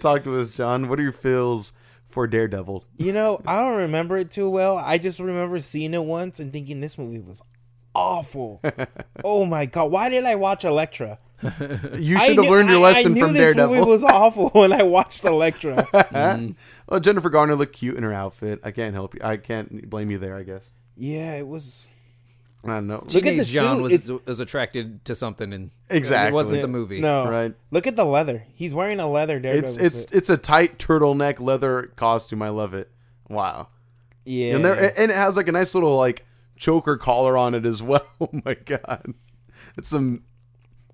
Speaker 1: Talk to us, John. What are your feels for Daredevil?
Speaker 3: You know, I don't remember it too well. I just remember seeing it once and thinking this movie was awful. oh my god, why did I watch Elektra?
Speaker 1: You
Speaker 3: I
Speaker 1: should have
Speaker 3: knew-
Speaker 1: learned your
Speaker 3: I-
Speaker 1: lesson
Speaker 3: I knew
Speaker 1: from
Speaker 3: this
Speaker 1: Daredevil.
Speaker 3: movie was awful when I watched Elektra. Mm.
Speaker 1: Well, Eh? Oh, Jennifer Garner looked cute in her outfit. I can't help you. I can't blame you there. I guess.
Speaker 3: yeah, it was.
Speaker 1: I don't know.
Speaker 3: Look at the
Speaker 2: Teenage John
Speaker 3: suit.
Speaker 2: was,
Speaker 3: It's-
Speaker 2: was attracted to something, and
Speaker 1: Exactly.
Speaker 2: it wasn't the movie.
Speaker 3: No,
Speaker 1: Right.
Speaker 3: Look at the leather. He's wearing a leather Daredevil
Speaker 1: It's it's
Speaker 3: suit.
Speaker 1: it's a tight turtleneck leather costume. I love it. Wow.
Speaker 3: Yeah,
Speaker 1: And there and it has like a nice little like choker collar on it as well. Oh my god. It's some.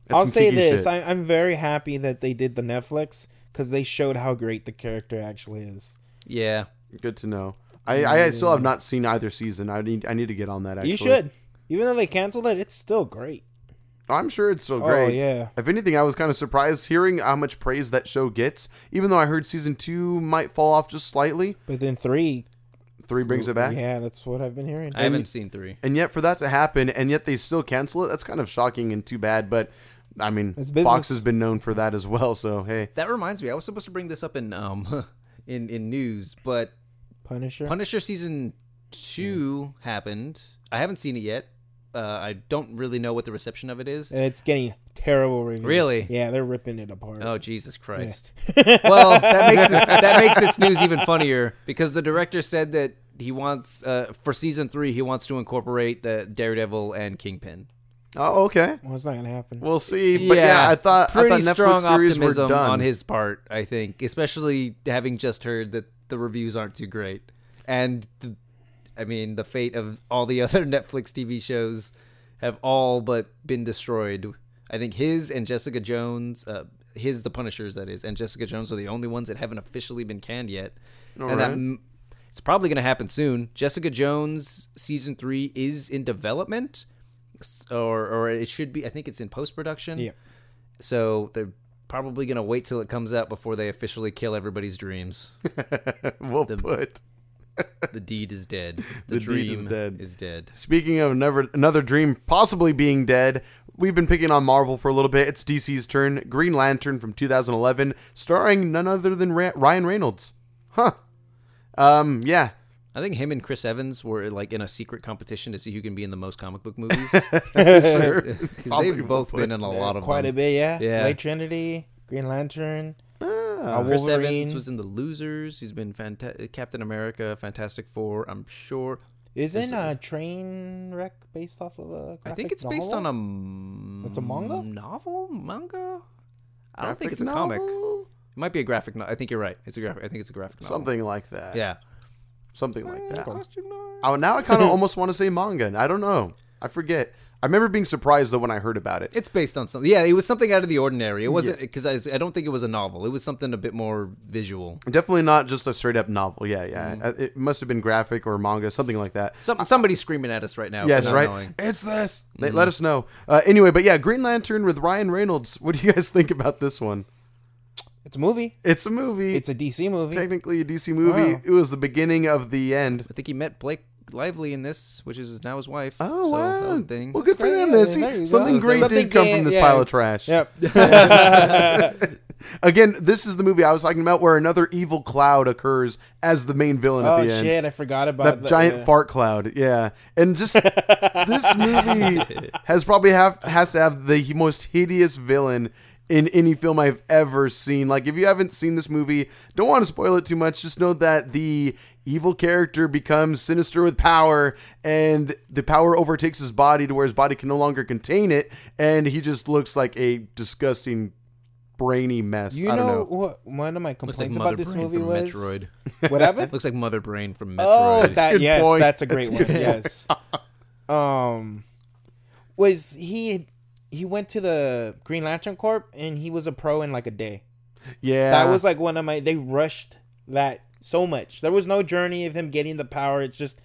Speaker 1: it's
Speaker 3: I'll
Speaker 1: some
Speaker 3: say
Speaker 1: kinky
Speaker 3: this:
Speaker 1: shit.
Speaker 3: I, I'm very happy that they did the Netflix because they showed how great the character actually is.
Speaker 2: Yeah.
Speaker 1: Good to know. I, I still have not seen either season. I need I need to get on that. Actually,
Speaker 3: You should, even though they canceled it, it's still great.
Speaker 1: I'm sure it's still great.
Speaker 3: Oh yeah,
Speaker 1: If anything, I was kind of surprised hearing how much praise that show gets. Even though I heard season two might fall off just slightly,
Speaker 3: but then three
Speaker 1: three brings it back.
Speaker 3: Yeah, that's what I've been hearing.
Speaker 2: I haven't seen three.
Speaker 1: And yet, for that to happen, and yet they still cancel it, that's kind of shocking and too bad. But I mean,
Speaker 3: It's business.
Speaker 1: Fox has been known for that as well. So hey,
Speaker 2: That reminds me, I was supposed to bring this up in um in in news, but
Speaker 3: Punisher.
Speaker 2: Punisher season two happened. I haven't seen it yet. Uh, I don't really know what the reception of it is.
Speaker 3: it's getting terrible reviews.
Speaker 2: Really?
Speaker 3: Yeah, they're ripping it apart.
Speaker 2: Oh Jesus Christ! well, that makes this, that makes this news even funnier because the director said that he wants uh, for season three he wants to incorporate the Daredevil and Kingpin.
Speaker 1: oh okay,
Speaker 3: Well, it's not gonna happen.
Speaker 1: we'll see. But yeah, I thought I
Speaker 2: pretty
Speaker 1: thought Netflix
Speaker 2: strong
Speaker 1: series were
Speaker 2: optimism
Speaker 1: done.
Speaker 2: on his part. I think, especially having just heard that the reviews aren't too great, and the, I mean the fate of all the other Netflix TV shows have all but been destroyed. I think his and Jessica Jones, uh, his The Punishers, that is, and Jessica Jones are the only ones that haven't officially been canned yet, and that
Speaker 1: right.
Speaker 2: m- it's probably going to happen soon. Jessica Jones season three is in development. s- Or, or it should be. I think it's in post production.
Speaker 3: Yeah.
Speaker 2: So they're probably going to wait till it comes out before they officially kill everybody's dreams.
Speaker 1: we'll put.
Speaker 2: the deed is dead. The,
Speaker 1: deed
Speaker 2: dream
Speaker 1: is dead.
Speaker 2: Is dead.
Speaker 1: Speaking of another another dream possibly being dead, we've been picking on Marvel for a little bit. It's DC's turn. Green Lantern from 2011, starring none other than Ra- Ryan Reynolds. Huh. Um. Yeah.
Speaker 2: I think him and Chris Evans were like in a secret competition to see who can be in the most comic book movies.
Speaker 1: Sure.
Speaker 2: 'Cause
Speaker 1: Probably
Speaker 2: they've
Speaker 1: will
Speaker 2: both
Speaker 1: put-
Speaker 2: been in a lot of
Speaker 3: Quite a
Speaker 2: them.
Speaker 3: bit, yeah.
Speaker 2: Yeah.
Speaker 3: Blade Trinity, Green Lantern,
Speaker 1: Ah.
Speaker 3: uh,
Speaker 2: Chris
Speaker 3: Wolverine.
Speaker 2: Evans was in The Losers. He's been fanta- Captain America, Fantastic Four. I'm sure.
Speaker 3: Isn't a train wreck based off of a?
Speaker 2: I think it's based on a m-
Speaker 3: It's a manga?
Speaker 2: novel manga. I don't
Speaker 1: Graphic
Speaker 2: think it's a comic. It
Speaker 1: novel?
Speaker 2: might be a graphic. No- I think you're right. It's a graphic. I think it's a graphic novel.
Speaker 1: Something like that.
Speaker 2: Yeah.
Speaker 1: Something like
Speaker 3: Mm,
Speaker 1: that. Oh, now I kind of almost want to say manga. and I don't know. I forget. I remember being surprised though when I heard about it.
Speaker 2: It's based on something. Yeah, it was something out of the ordinary. It wasn't because I, I don't think it was a novel. It was something a bit more visual.
Speaker 1: Definitely not just a straight up novel. Yeah, yeah.
Speaker 3: Mm.
Speaker 1: Uh, It must have been graphic or manga, something like that.
Speaker 2: Some, somebody's screaming at us right now. for
Speaker 1: Yes,
Speaker 2: not
Speaker 1: right.
Speaker 2: knowing.
Speaker 1: It's this.
Speaker 3: Mm-hmm.
Speaker 1: They- Let us know. Uh, anyway, but yeah, Green Lantern with Ryan Reynolds. What do you guys think about this one?
Speaker 3: It's a movie.
Speaker 1: It's a movie.
Speaker 3: It's a DC movie.
Speaker 1: technically a DC movie.
Speaker 3: Wow.
Speaker 1: It was the beginning of the end.
Speaker 2: I think he met Blake Lively in this, which is now his wife.
Speaker 1: Oh
Speaker 2: so
Speaker 1: wow!
Speaker 2: That was a thing.
Speaker 1: Well, good for
Speaker 3: great.
Speaker 1: them. Then.
Speaker 3: Yeah,
Speaker 1: See,
Speaker 3: there you go.
Speaker 1: something great
Speaker 3: Something
Speaker 1: did come from
Speaker 3: can-
Speaker 1: this
Speaker 3: yeah.
Speaker 1: pile of trash.
Speaker 3: Yep.
Speaker 1: Again, this is the movie I was talking about, where another evil cloud occurs as the main villain at
Speaker 3: oh
Speaker 1: the end.
Speaker 3: shit! I forgot about
Speaker 1: That
Speaker 3: the- uh,
Speaker 1: giant
Speaker 3: yeah.
Speaker 1: fart cloud, yeah, and just this movie has probably have has to have the most hideous villain in any film I've ever seen. Like, if you haven't seen this movie, don't want to spoil it too much. Just know that the evil character becomes sinister with power, and the power overtakes his body to where his body can no longer contain it, and he just looks like a disgusting brainy mess.
Speaker 3: You
Speaker 1: I don't
Speaker 3: know,
Speaker 1: know.
Speaker 3: what? One of my
Speaker 2: Looks like
Speaker 3: complaints
Speaker 2: Mother
Speaker 3: about this
Speaker 2: Brain
Speaker 3: movie
Speaker 2: from
Speaker 3: was
Speaker 2: Metroid.
Speaker 3: what happened.
Speaker 2: Looks like Mother Brain from Metroid.
Speaker 3: Oh, that
Speaker 1: good
Speaker 3: yes,
Speaker 1: point.
Speaker 3: that's a great
Speaker 1: That's
Speaker 3: one. Yes. um, was he? He went to the Green Lantern Corp and he was a pro in like a day.
Speaker 1: Yeah,
Speaker 3: That was like one of my. They rushed that so much. There was no journey of him getting the power. It's just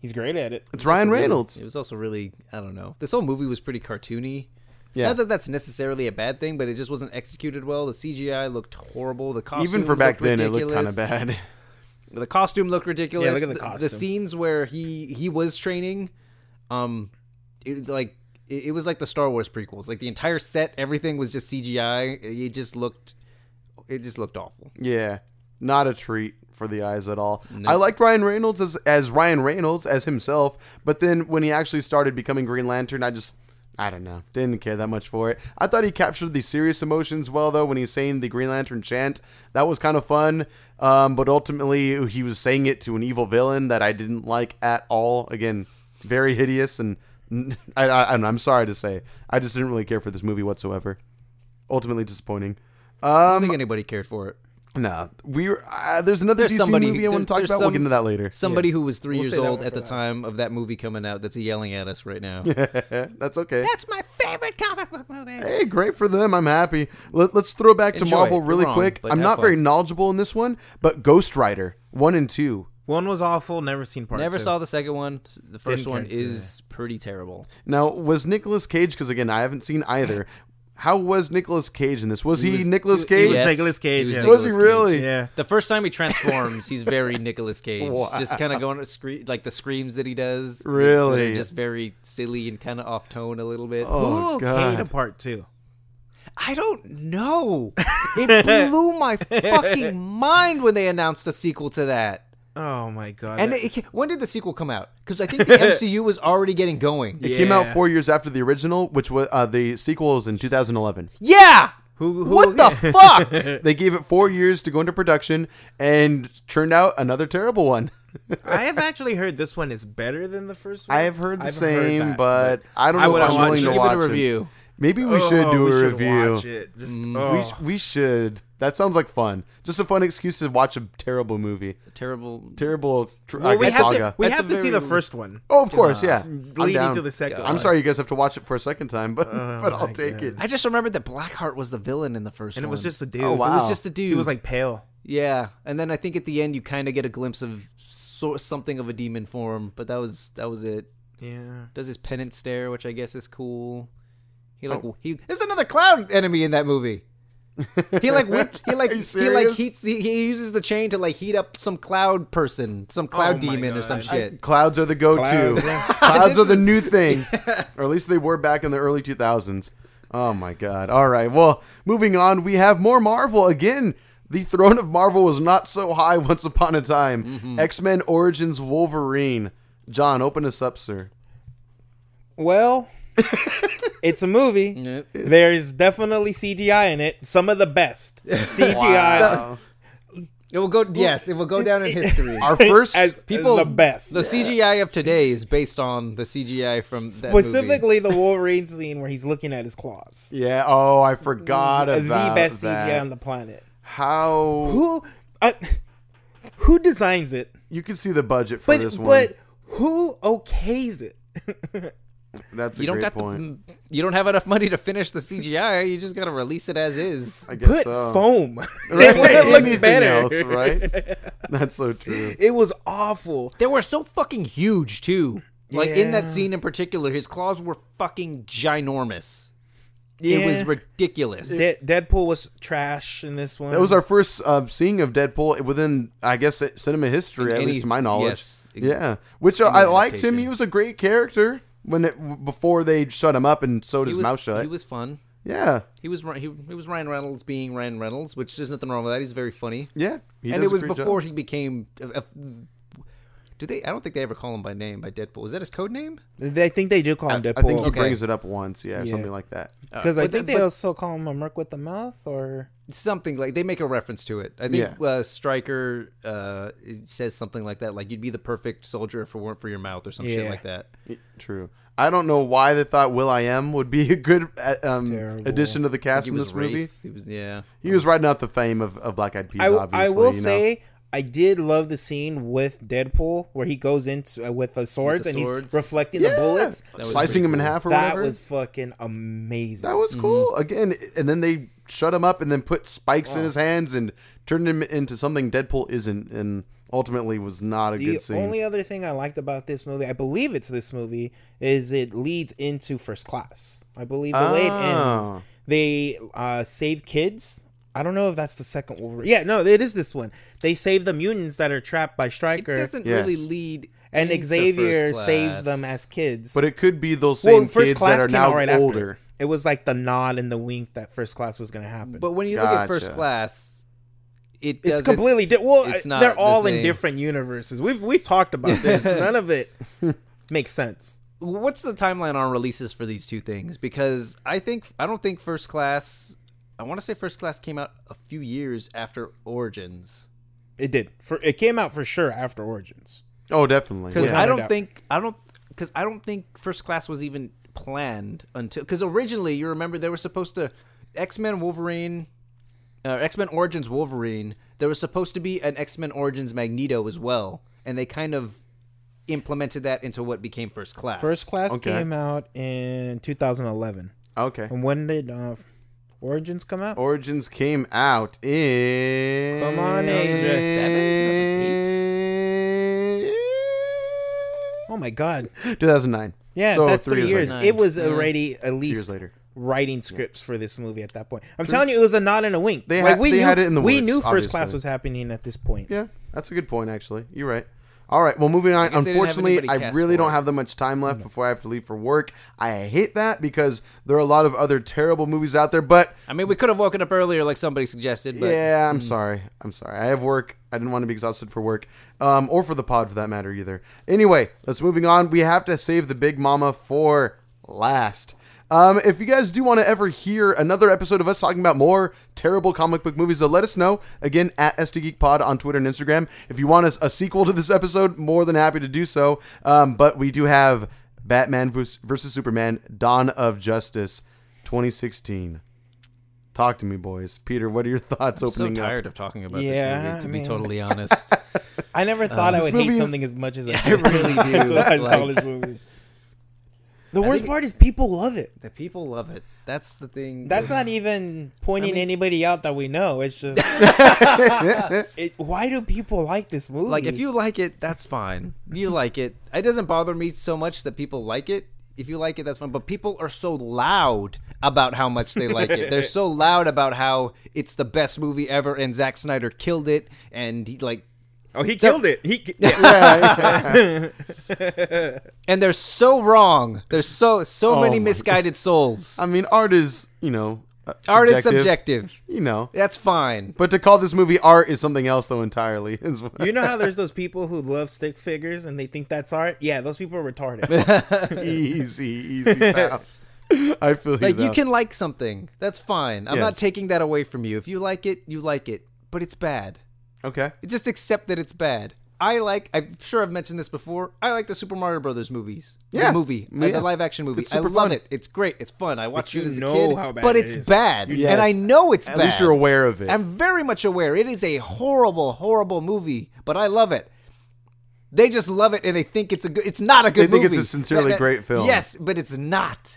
Speaker 4: He's great at it.
Speaker 1: It's Ryan Reynolds.
Speaker 2: It was also really, I don't know. This whole movie was pretty cartoony.
Speaker 1: Yeah.
Speaker 2: Not that that's necessarily a bad thing, but it just wasn't executed well. The CGI looked horrible. The costume
Speaker 1: Even for back then,
Speaker 2: ridiculous.
Speaker 1: it looked kind of bad.
Speaker 2: The costume looked ridiculous.
Speaker 4: Yeah, look at the
Speaker 2: The,
Speaker 4: costume.
Speaker 2: scenes where he he was training, um, it, like it, it was like the Star Wars prequels. Like the entire set, everything was just CGI. It, it just looked, it just looked awful.
Speaker 1: Yeah, not a treat for the eyes at all. I liked Ryan Reynolds as as Ryan Reynolds as himself, but then when he actually started becoming Green Lantern, I just I don't know, didn't care that much for it. I thought he captured the serious emotions well though when he's saying the Green Lantern chant. That was kind of fun, um, but ultimately he was saying it to an evil villain that I didn't like at all. Again, very hideous and. I, I, I'm sorry to say, I just didn't really care for this movie whatsoever. Ultimately disappointing.
Speaker 2: I
Speaker 1: Um,
Speaker 2: don't think anybody cared for it.
Speaker 1: no, we were, uh, there's another
Speaker 2: There's
Speaker 1: DC
Speaker 2: somebody-
Speaker 1: movie I
Speaker 2: there-
Speaker 1: want to talk
Speaker 2: there's
Speaker 1: about. we'll
Speaker 2: some-
Speaker 1: get into that later.
Speaker 2: Somebody who was 3
Speaker 4: We'll
Speaker 2: years
Speaker 4: save that
Speaker 2: old
Speaker 4: one
Speaker 2: at
Speaker 4: for
Speaker 2: the
Speaker 4: last.
Speaker 2: time of that movie coming out that's yelling at us right now.
Speaker 1: That's okay.
Speaker 2: That's my favorite comic book movie.
Speaker 1: Hey, great for them. I'm happy. Let, us throw back to
Speaker 2: Enjoy
Speaker 1: Marvel
Speaker 2: it. You're
Speaker 1: really
Speaker 2: wrong,
Speaker 1: quick.
Speaker 2: but
Speaker 1: I'm
Speaker 2: have
Speaker 1: not very
Speaker 2: fun.
Speaker 1: knowledgeable in this one, but Ghost Rider one and two.
Speaker 3: One was awful. Never seen part.
Speaker 2: Never
Speaker 3: two.
Speaker 2: saw the second one. The 1st
Speaker 3: Didn't
Speaker 2: one
Speaker 3: care to see
Speaker 2: is pretty terrible.
Speaker 1: Now was Nicolas Cage because again I haven't seen either. How was Nicolas Cage in this? Was he,
Speaker 3: was-
Speaker 1: Nicolas
Speaker 3: he
Speaker 1: Cage?
Speaker 3: was
Speaker 2: Yes.
Speaker 3: Nicolas Cage.
Speaker 2: He was
Speaker 3: yeah.
Speaker 1: Was he
Speaker 2: Nicolas Cage.
Speaker 1: really?
Speaker 3: Yeah.
Speaker 2: The first time he transforms, he's very Nicolas Cage.
Speaker 1: Wow.
Speaker 2: Just kind of going to scream, like the screams that he does. that-
Speaker 1: Really?
Speaker 2: that are just very silly and kind of off tone a little bit.
Speaker 1: Oh
Speaker 3: Who okayed a
Speaker 1: god.
Speaker 3: part two?
Speaker 2: I don't know. It blew my fucking mind when they announced a sequel to that.
Speaker 3: Oh my god.
Speaker 2: And it, it, when did the sequel come out? Because I think the MCU was already getting going.
Speaker 1: It came out
Speaker 3: Yeah.
Speaker 1: four years after the original, which was uh, the sequel was in 2011.
Speaker 2: Yeah.
Speaker 3: Who- who-
Speaker 2: what the fuck?
Speaker 1: They gave it four years to go into production and turned out another terrible one.
Speaker 3: I have actually heard this one is better than the first one.
Speaker 1: I have heard the
Speaker 3: I've
Speaker 1: same,
Speaker 3: that,
Speaker 1: but, I don't know
Speaker 3: would
Speaker 1: if I'm
Speaker 3: watch
Speaker 1: willing
Speaker 3: it.
Speaker 1: to
Speaker 2: Give
Speaker 1: watch
Speaker 2: it a review.
Speaker 1: Maybe we should
Speaker 3: Oh,
Speaker 1: do
Speaker 3: we
Speaker 1: a
Speaker 3: should
Speaker 1: review.
Speaker 3: watch it. Just-
Speaker 2: Mm.
Speaker 1: We,
Speaker 3: oh.
Speaker 1: sh- we should. That sounds like fun. Just a fun excuse to watch a terrible movie.
Speaker 2: Terrible.
Speaker 1: Terrible tr-
Speaker 3: Well,
Speaker 1: uh,
Speaker 3: we have
Speaker 1: saga.
Speaker 3: to, we
Speaker 2: That's
Speaker 3: have
Speaker 2: a
Speaker 3: to see the
Speaker 2: very-
Speaker 3: first one.
Speaker 1: oh, of course, yeah. I'm
Speaker 3: Leading
Speaker 1: down.
Speaker 3: to the second
Speaker 1: I'm
Speaker 3: one. Oh
Speaker 1: sorry you guys have to watch it for a second time, but but I'll
Speaker 3: my
Speaker 1: take it.
Speaker 2: I just remembered that Blackheart was the villain in the first
Speaker 3: And it
Speaker 2: one.
Speaker 3: was just a dude.
Speaker 1: Oh,
Speaker 2: It was
Speaker 1: Wow.
Speaker 2: just a dude.
Speaker 3: He was like pale.
Speaker 2: yeah, and then I think at the end you kind of get a glimpse of so- something of a demon form, but that was that was it.
Speaker 3: Yeah.
Speaker 2: Does his penance stare, which I guess is cool. He like he. There's another cloud enemy in that movie. He like whips. He like
Speaker 1: Are you
Speaker 2: he like
Speaker 1: serious?
Speaker 2: heats. He, he uses the chain to like heat up some cloud person, some cloud
Speaker 3: Oh my
Speaker 2: demon or some
Speaker 3: God.
Speaker 2: shit.
Speaker 1: Clouds are the go-to.
Speaker 4: Clouds,
Speaker 1: Clouds, are the new thing, or at least they were back in the early 2000s. Oh my god! All right, well, moving on, we have more Marvel again. The throne of Marvel was not so high once upon a time. X Men Origins Wolverine. John, open us up, sir.
Speaker 4: Well, it's a movie.
Speaker 2: Yep.
Speaker 4: There is definitely CGI in it. Some of the best CGI.
Speaker 2: It will go. Yes, it will go down in history.
Speaker 1: Our first
Speaker 4: As
Speaker 2: People-
Speaker 4: people, the best.
Speaker 2: The CGI of today is based on the CGI from that movie.
Speaker 4: Specifically, the Wolverine scene where he's looking at his claws.
Speaker 1: yeah. Oh, I forgot
Speaker 4: Mm, The
Speaker 1: about
Speaker 4: best
Speaker 1: that.
Speaker 4: CGI on the planet.
Speaker 1: How
Speaker 4: Who, I, who designs it?
Speaker 1: you can see the budget for
Speaker 4: But
Speaker 1: this one.
Speaker 4: but who okays it?
Speaker 1: That's a
Speaker 2: You don't
Speaker 1: great
Speaker 2: got
Speaker 1: point.
Speaker 2: the, you don't have enough money to finish the CGI. You just gotta release it as is.
Speaker 1: I guess
Speaker 4: Put
Speaker 1: so.
Speaker 4: foam.
Speaker 1: Right?
Speaker 4: It would've looked
Speaker 1: Anything
Speaker 4: better.
Speaker 1: else, right? That's so true.
Speaker 4: It was awful.
Speaker 2: They were so fucking huge too. Like in that
Speaker 4: Yeah.
Speaker 2: scene in particular, his claws were fucking ginormous.
Speaker 4: Yeah.
Speaker 2: It was ridiculous.
Speaker 4: De- Deadpool was trash in this one.
Speaker 1: That was our first uh, seeing of Deadpool within, I guess, uh, cinema history, at
Speaker 2: any-
Speaker 1: least to my knowledge.
Speaker 2: yes, ex-
Speaker 1: yeah, which uh, I liked him.
Speaker 2: adaptation.
Speaker 1: He was a great character when it w- before they shut him up and sewed
Speaker 2: he
Speaker 1: his
Speaker 2: was,
Speaker 1: mouth shut.
Speaker 2: He was fun.
Speaker 1: yeah,
Speaker 2: He was Ry- he, he was Ryan Reynolds being Ryan Reynolds, which there's nothing wrong with that. He's very funny.
Speaker 1: yeah. He
Speaker 2: and
Speaker 1: does
Speaker 2: it
Speaker 1: a
Speaker 2: was
Speaker 1: great job.
Speaker 2: before he became. Uh, uh, do they? I don't think they ever call him by name by Deadpool. Is that his code name?
Speaker 4: I think they do call him
Speaker 1: I,
Speaker 4: Deadpool.
Speaker 1: I think he
Speaker 2: Okay.
Speaker 1: brings it up once, yeah, or
Speaker 4: Yeah.
Speaker 1: something like that.
Speaker 4: Because I
Speaker 2: But
Speaker 4: think
Speaker 2: the-
Speaker 4: they
Speaker 2: but-
Speaker 4: also call him a merc with the mouth, or
Speaker 2: something like they make a reference to it. I think
Speaker 1: Yeah.
Speaker 2: uh, Stryker uh, it says something like that, like you'd be the perfect soldier if it weren't for your mouth or some shit
Speaker 4: Yeah.
Speaker 2: like that.
Speaker 1: Y- True. I don't know why they thought Will I Am would be a good uh, um,
Speaker 4: Terrible.
Speaker 1: addition to the cast
Speaker 2: He
Speaker 1: in
Speaker 2: was
Speaker 1: this movie.
Speaker 2: Rafe. He was yeah.
Speaker 1: He was riding out the fame of, of Black Eyed Peas.
Speaker 4: I, w-
Speaker 1: obviously,
Speaker 4: I will
Speaker 1: you know?
Speaker 4: say I did love the scene with Deadpool where he goes into uh, with the swords and
Speaker 2: swords.
Speaker 4: he's reflecting
Speaker 1: Yeah.
Speaker 4: the bullets.
Speaker 2: was
Speaker 1: slicing
Speaker 2: pretty
Speaker 1: him in
Speaker 2: cool.
Speaker 1: half or
Speaker 4: That
Speaker 1: whatever.
Speaker 4: was fucking amazing.
Speaker 1: That was
Speaker 3: Mm-hmm.
Speaker 1: cool. Again, and then they shut him up and then put spikes in his hands and turned him into something Deadpool isn't. And ultimately was not a
Speaker 3: The
Speaker 1: good scene.
Speaker 3: only other thing I liked about this movie, I believe it's this movie, is it leads into first class. I believe the way it
Speaker 1: Ah.
Speaker 3: ends, they uh, save kids. I don't know if that's the second Wolverine. Yeah, no, it is this one. They save the mutants that are trapped by
Speaker 2: It
Speaker 3: Stryker,
Speaker 2: doesn't
Speaker 1: Yes.
Speaker 2: really lead.
Speaker 3: and
Speaker 2: into
Speaker 3: Xavier
Speaker 2: First
Speaker 3: saves them
Speaker 2: Class.
Speaker 3: as kids.
Speaker 1: but it could be those same kids that are
Speaker 3: came out
Speaker 1: now older.
Speaker 3: After. It was like the nod and the wink that first class was going to happen.
Speaker 2: But when you look at first
Speaker 1: Gotcha.
Speaker 2: class, it
Speaker 3: it's
Speaker 2: doesn't-
Speaker 3: completely di- well.
Speaker 2: it's
Speaker 3: I-
Speaker 2: not
Speaker 3: they're
Speaker 2: the
Speaker 3: all in
Speaker 2: same.
Speaker 3: different universes. We've we've talked about this. None of it makes sense.
Speaker 2: What's the timeline on releases for these two things? Because I think I don't think first class. I want to say first class came out a few years after Origins.
Speaker 3: It did. For it came out for sure after Origins.
Speaker 1: Oh, definitely.
Speaker 2: because
Speaker 1: Yeah.
Speaker 2: I
Speaker 3: no
Speaker 2: don't
Speaker 3: doubt.
Speaker 2: think I don't because I don't think First Class was even planned until because originally you remember they were supposed to X Men Wolverine, uh, X Men Origins Wolverine. There was supposed to be an X Men Origins Magneto as well, and they kind of implemented that into what became First Class.
Speaker 3: First Class
Speaker 1: Okay.
Speaker 3: came out in 2011.
Speaker 1: Okay.
Speaker 3: And when did uh, Origins come out?
Speaker 1: Origins came out in.
Speaker 3: Come on,
Speaker 2: 2007, 2008?
Speaker 1: 2008?
Speaker 3: oh my God!
Speaker 1: 2009.
Speaker 3: Yeah,
Speaker 1: so
Speaker 3: that's
Speaker 1: three
Speaker 3: three years.
Speaker 1: later.
Speaker 3: It was already at least
Speaker 1: later.
Speaker 3: writing scripts for this movie at that point. I'm telling you, it was a nod and a wink.
Speaker 1: They
Speaker 3: like
Speaker 1: had-
Speaker 3: we
Speaker 1: they
Speaker 3: knew,
Speaker 1: had it in the
Speaker 3: we
Speaker 1: works,
Speaker 3: knew First
Speaker 1: obviously.
Speaker 3: Class was happening at this point.
Speaker 1: Yeah, that's a good point, actually. You're right. All right, well, moving on.
Speaker 2: guess they didn't have
Speaker 1: Unfortunately,
Speaker 2: anybody
Speaker 1: I
Speaker 2: cast
Speaker 1: really
Speaker 2: for
Speaker 1: don't
Speaker 2: it.
Speaker 1: have that much time left before I have to leave for work. I hate that because there are a lot of other terrible movies out there, but
Speaker 2: I mean, we could have woken up earlier, like somebody suggested, but mm.
Speaker 1: yeah, I'm sorry. I'm sorry. I have work. I didn't want to be exhausted for work, um, or for the pod for that matter either. Anyway, let's moving on. We have to save the big mama for last. Um, if you guys do want to ever hear another episode of us talking about more terrible comic book movies, though, let us know again at SD Geek Pod on Twitter and Instagram. If you want us a sequel to this episode, more than happy to do so. Um, but we do have Batman vs- versus Superman: Dawn of Justice, 2016. Talk to me, boys. Peter, what are your thoughts
Speaker 2: I'm so
Speaker 1: opening
Speaker 2: tired
Speaker 1: up?
Speaker 2: of talking about
Speaker 3: Yeah,
Speaker 2: this movie. To
Speaker 3: I
Speaker 2: be
Speaker 3: mean-
Speaker 2: totally honest,
Speaker 3: I never thought I would
Speaker 1: movie
Speaker 3: hate
Speaker 1: is-
Speaker 3: something as much as I
Speaker 2: I
Speaker 3: did.
Speaker 2: really do.
Speaker 3: That's why I saw
Speaker 2: Like,
Speaker 3: this movie. The
Speaker 2: think
Speaker 3: worst
Speaker 2: it-
Speaker 3: part is people love it.
Speaker 2: the people love it. That's the thing.
Speaker 3: That's not even pointing anybody out that we know. It's just, it, why do people like this movie?
Speaker 2: Like if you like it, that's fine.
Speaker 1: Mm-hmm.
Speaker 2: You like it. It doesn't bother me so much that people like it. If you like it, that's fine. But people are so loud about how much they like it. They're so loud about how it's the best movie ever, and Zack Snyder killed it, and he like,
Speaker 3: oh, he killed it. He ki- yeah.
Speaker 2: and they're so wrong. There's so so
Speaker 1: Oh
Speaker 2: many
Speaker 1: my
Speaker 2: misguided souls.
Speaker 1: I mean, art is, you know, uh,
Speaker 2: Art is
Speaker 1: subjective,
Speaker 2: subjective.
Speaker 1: You know,
Speaker 2: That's fine.
Speaker 1: but to call this movie art is something else, though, entirely. Is what-
Speaker 3: you know how there's those people who love stick figures and they think that's art? Yeah, those people are retarded.
Speaker 1: easy, easy. pal. I feel you.
Speaker 2: Like
Speaker 1: though.
Speaker 2: you can like something. That's fine. I'm not
Speaker 1: Yes.
Speaker 2: taking that away from you. If you like it, you like it. But it's bad.
Speaker 1: Okay.
Speaker 2: just accept that it's bad. I like. I'm sure I've mentioned this before. I like the Super Mario Brothers movies.
Speaker 1: Yeah.
Speaker 2: the movie,
Speaker 1: Yeah.
Speaker 2: the live action movie.
Speaker 1: It's
Speaker 2: I
Speaker 1: super
Speaker 2: love
Speaker 1: fun.
Speaker 2: it. It's great. It's fun. I watched
Speaker 3: you
Speaker 2: it as a
Speaker 3: know
Speaker 2: kid,
Speaker 3: how bad
Speaker 2: but
Speaker 3: it
Speaker 2: it's
Speaker 3: is.
Speaker 2: bad,
Speaker 1: Yes.
Speaker 2: and I know it's
Speaker 1: At
Speaker 2: bad.
Speaker 1: least you're aware of it.
Speaker 2: I'm very much aware. It is a horrible, horrible movie, but I love it. They just love it and they think it's a good. It's not a
Speaker 1: They
Speaker 2: good.
Speaker 1: think it's
Speaker 2: movie.
Speaker 1: a sincerely great film.
Speaker 2: Yes, but it's not.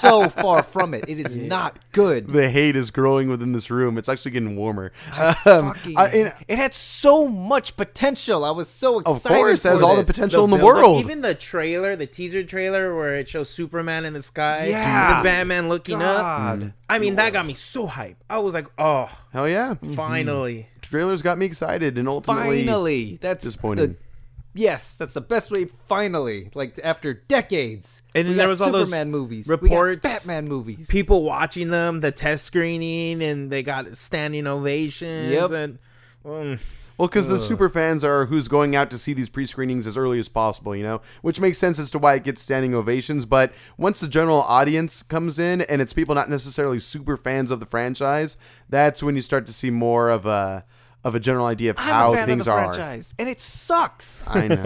Speaker 2: so far from it. It is not good.
Speaker 1: the hate is growing within this room. It's actually getting warmer. Um,
Speaker 2: Fucking-
Speaker 1: I- and-
Speaker 2: it had so much potential. I was so excited.
Speaker 1: of course,
Speaker 2: for
Speaker 1: has all the
Speaker 2: this.
Speaker 1: potential in the
Speaker 3: buildup-
Speaker 1: world.
Speaker 3: Even the trailer, the teaser trailer where it shows Superman in the sky,
Speaker 2: Yeah.
Speaker 3: the Batman looking up.
Speaker 2: God.
Speaker 3: I mean, that got me so hype. I was like, oh,
Speaker 1: Hell yeah!
Speaker 2: Mm-hmm.
Speaker 1: Mm,
Speaker 3: finally.
Speaker 1: Trailers got me excited, and ultimately,
Speaker 2: Finally, that's
Speaker 1: disappointing.
Speaker 2: The, yes, that's the best way. Finally, like after decades,
Speaker 3: And then
Speaker 2: we
Speaker 3: there
Speaker 2: got
Speaker 3: was all
Speaker 2: Superman
Speaker 3: those
Speaker 2: movies,
Speaker 3: reports,
Speaker 2: we got Batman movies.
Speaker 3: people watching them, the test screening, and they got standing ovations.
Speaker 2: Yep.
Speaker 3: And um,
Speaker 1: Well, because the super fans are who's going out to see these pre screenings as early as possible, you know, which makes sense as to why it gets standing ovations. But once the general audience comes in and it's people not necessarily super fans of the franchise, that's when you start to see more of a of a general idea of
Speaker 2: I'm
Speaker 1: how
Speaker 2: a fan
Speaker 1: things
Speaker 2: of the
Speaker 1: are.
Speaker 2: franchise, and it sucks.
Speaker 1: I know.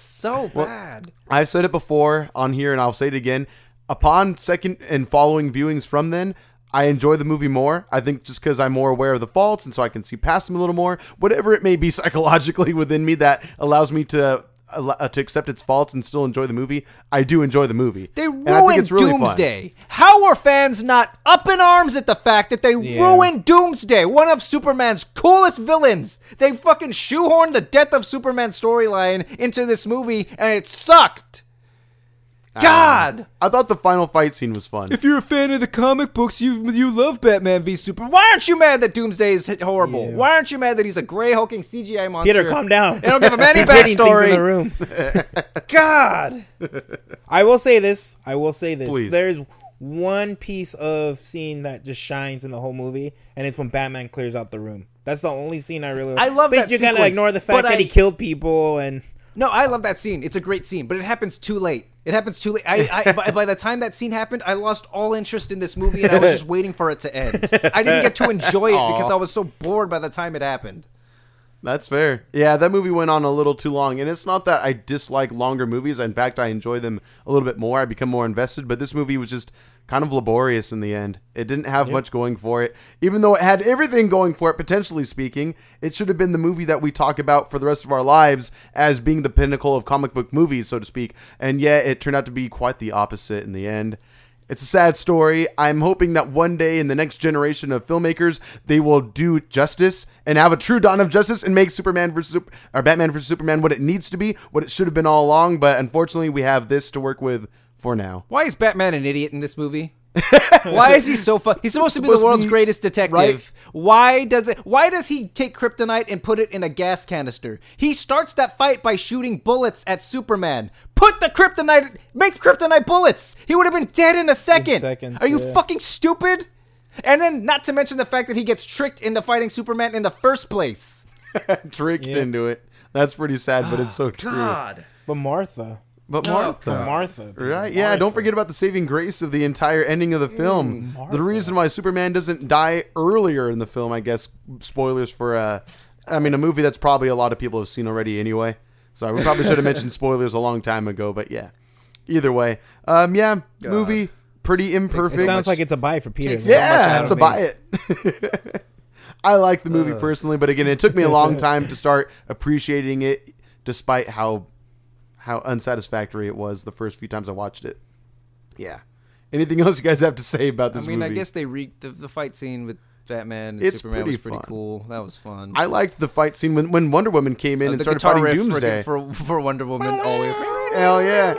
Speaker 2: so bad.
Speaker 1: I've said it before on here, and I'll say it again. Upon second and following viewings from then, I enjoy the movie more. I think just because I'm more aware of the faults, and so I can see past them a little more. Whatever it may be psychologically within me that allows me to al- uh, to accept its faults and still enjoy the movie, I do enjoy the movie.
Speaker 2: They
Speaker 1: And I think
Speaker 2: ruined
Speaker 1: it's really fun.
Speaker 2: Doomsday. How are fans not up in arms at the fact that they ruined Doomsday, one of Superman's coolest villains? They fucking shoehorned the death of Superman storyline into this movie, and it sucked. God.
Speaker 1: I thought the final fight scene was fun.
Speaker 2: If you're a fan of the comic books, you you love Batman v Superman. Why aren't you mad that Doomsday is horrible? Why aren't you mad that he's a gray hulking CGI monster?
Speaker 4: Peter, calm down.
Speaker 2: They don't give him any
Speaker 4: He's hitting things in the
Speaker 2: backstory.
Speaker 4: room.
Speaker 2: God.
Speaker 4: I will say this. I will say this.
Speaker 1: Please.
Speaker 4: There's one piece of scene that just shines in the whole movie, and it's when Batman clears out the room. That's the only scene I really.
Speaker 2: I love
Speaker 4: but
Speaker 2: that
Speaker 4: you gotta
Speaker 2: sequence,
Speaker 4: ignore the
Speaker 2: but
Speaker 4: fact that he
Speaker 2: I-
Speaker 4: killed people, and
Speaker 2: No, I love that scene. It's a great scene, but it happens too late. It happens too late. I, I by, by the time that scene happened, I lost all interest in this movie, and I was just waiting for it to end. I didn't get to enjoy it because I was so bored by the time it happened.
Speaker 1: That's fair. Yeah, that movie went on a little too long, and it's not that I dislike longer movies. In fact, I enjoy them a little bit more. I become more invested. But this movie was just kind of laborious in the end. It didn't have much going for it, even though it had everything going for it. Potentially speaking, it should have been the movie that we talk about for the rest of our lives as being the pinnacle of comic book movies, so to speak. And yet, it turned out to be quite the opposite in the end. It's a sad story. I'm hoping that one day in the next generation of filmmakers, they will do justice and have a true dawn of justice and make Superman versus Sup- or Batman versus Superman what it needs to be, what it should have been all along. But unfortunately, we have this to work with for now.
Speaker 2: Why is Batman an idiot in this movie? Why is he so fu- He's supposed to be
Speaker 1: supposed
Speaker 2: the
Speaker 1: to
Speaker 2: world's
Speaker 1: be-
Speaker 2: greatest detective.
Speaker 1: right?
Speaker 2: Why does it? Why does he take kryptonite and put it in a gas canister? He starts that fight by shooting bullets at Superman. Put the kryptonite, make kryptonite bullets. He would have been dead in a second.
Speaker 4: seconds,
Speaker 2: Are you
Speaker 4: yeah.
Speaker 2: fucking stupid? And then, not to mention the fact that he gets tricked into fighting Superman in the first place.
Speaker 1: Tricked into it. That's pretty sad, but it's so true.
Speaker 4: but Martha,
Speaker 1: But Martha.
Speaker 4: Martha, dude,
Speaker 1: Uh, Right? Yeah, don't forget about the saving grace of the entire ending of the film. the reason why Superman doesn't die earlier in the film, I guess, spoilers for, uh, I mean, a movie that's probably a lot of people have seen already anyway. So we probably should have mentioned spoilers a long time ago, but yeah. Either way. Um, yeah, movie, pretty imperfect.
Speaker 4: It sounds like it's a buy for Peter.
Speaker 2: Takes
Speaker 4: man.
Speaker 2: much
Speaker 1: Yeah,
Speaker 2: out
Speaker 1: it's
Speaker 2: of Uh.
Speaker 1: a buy it. I like the movie personally, but again, it took me a long time to start appreciating it, despite how how unsatisfactory it was the first few times I watched it. Yeah. Anything else you guys have to say about this
Speaker 2: I mean,
Speaker 1: movie?
Speaker 2: I guess they reeked the, the fight scene with Batman and
Speaker 1: It's
Speaker 2: Superman
Speaker 1: pretty
Speaker 2: was pretty
Speaker 1: fun.
Speaker 2: cool. That was fun.
Speaker 1: I liked the fight scene when, when Wonder Woman came
Speaker 2: Uh,
Speaker 1: in and started fighting Doomsday.
Speaker 2: for, for Wonder Woman. Oh,
Speaker 1: Hell yeah.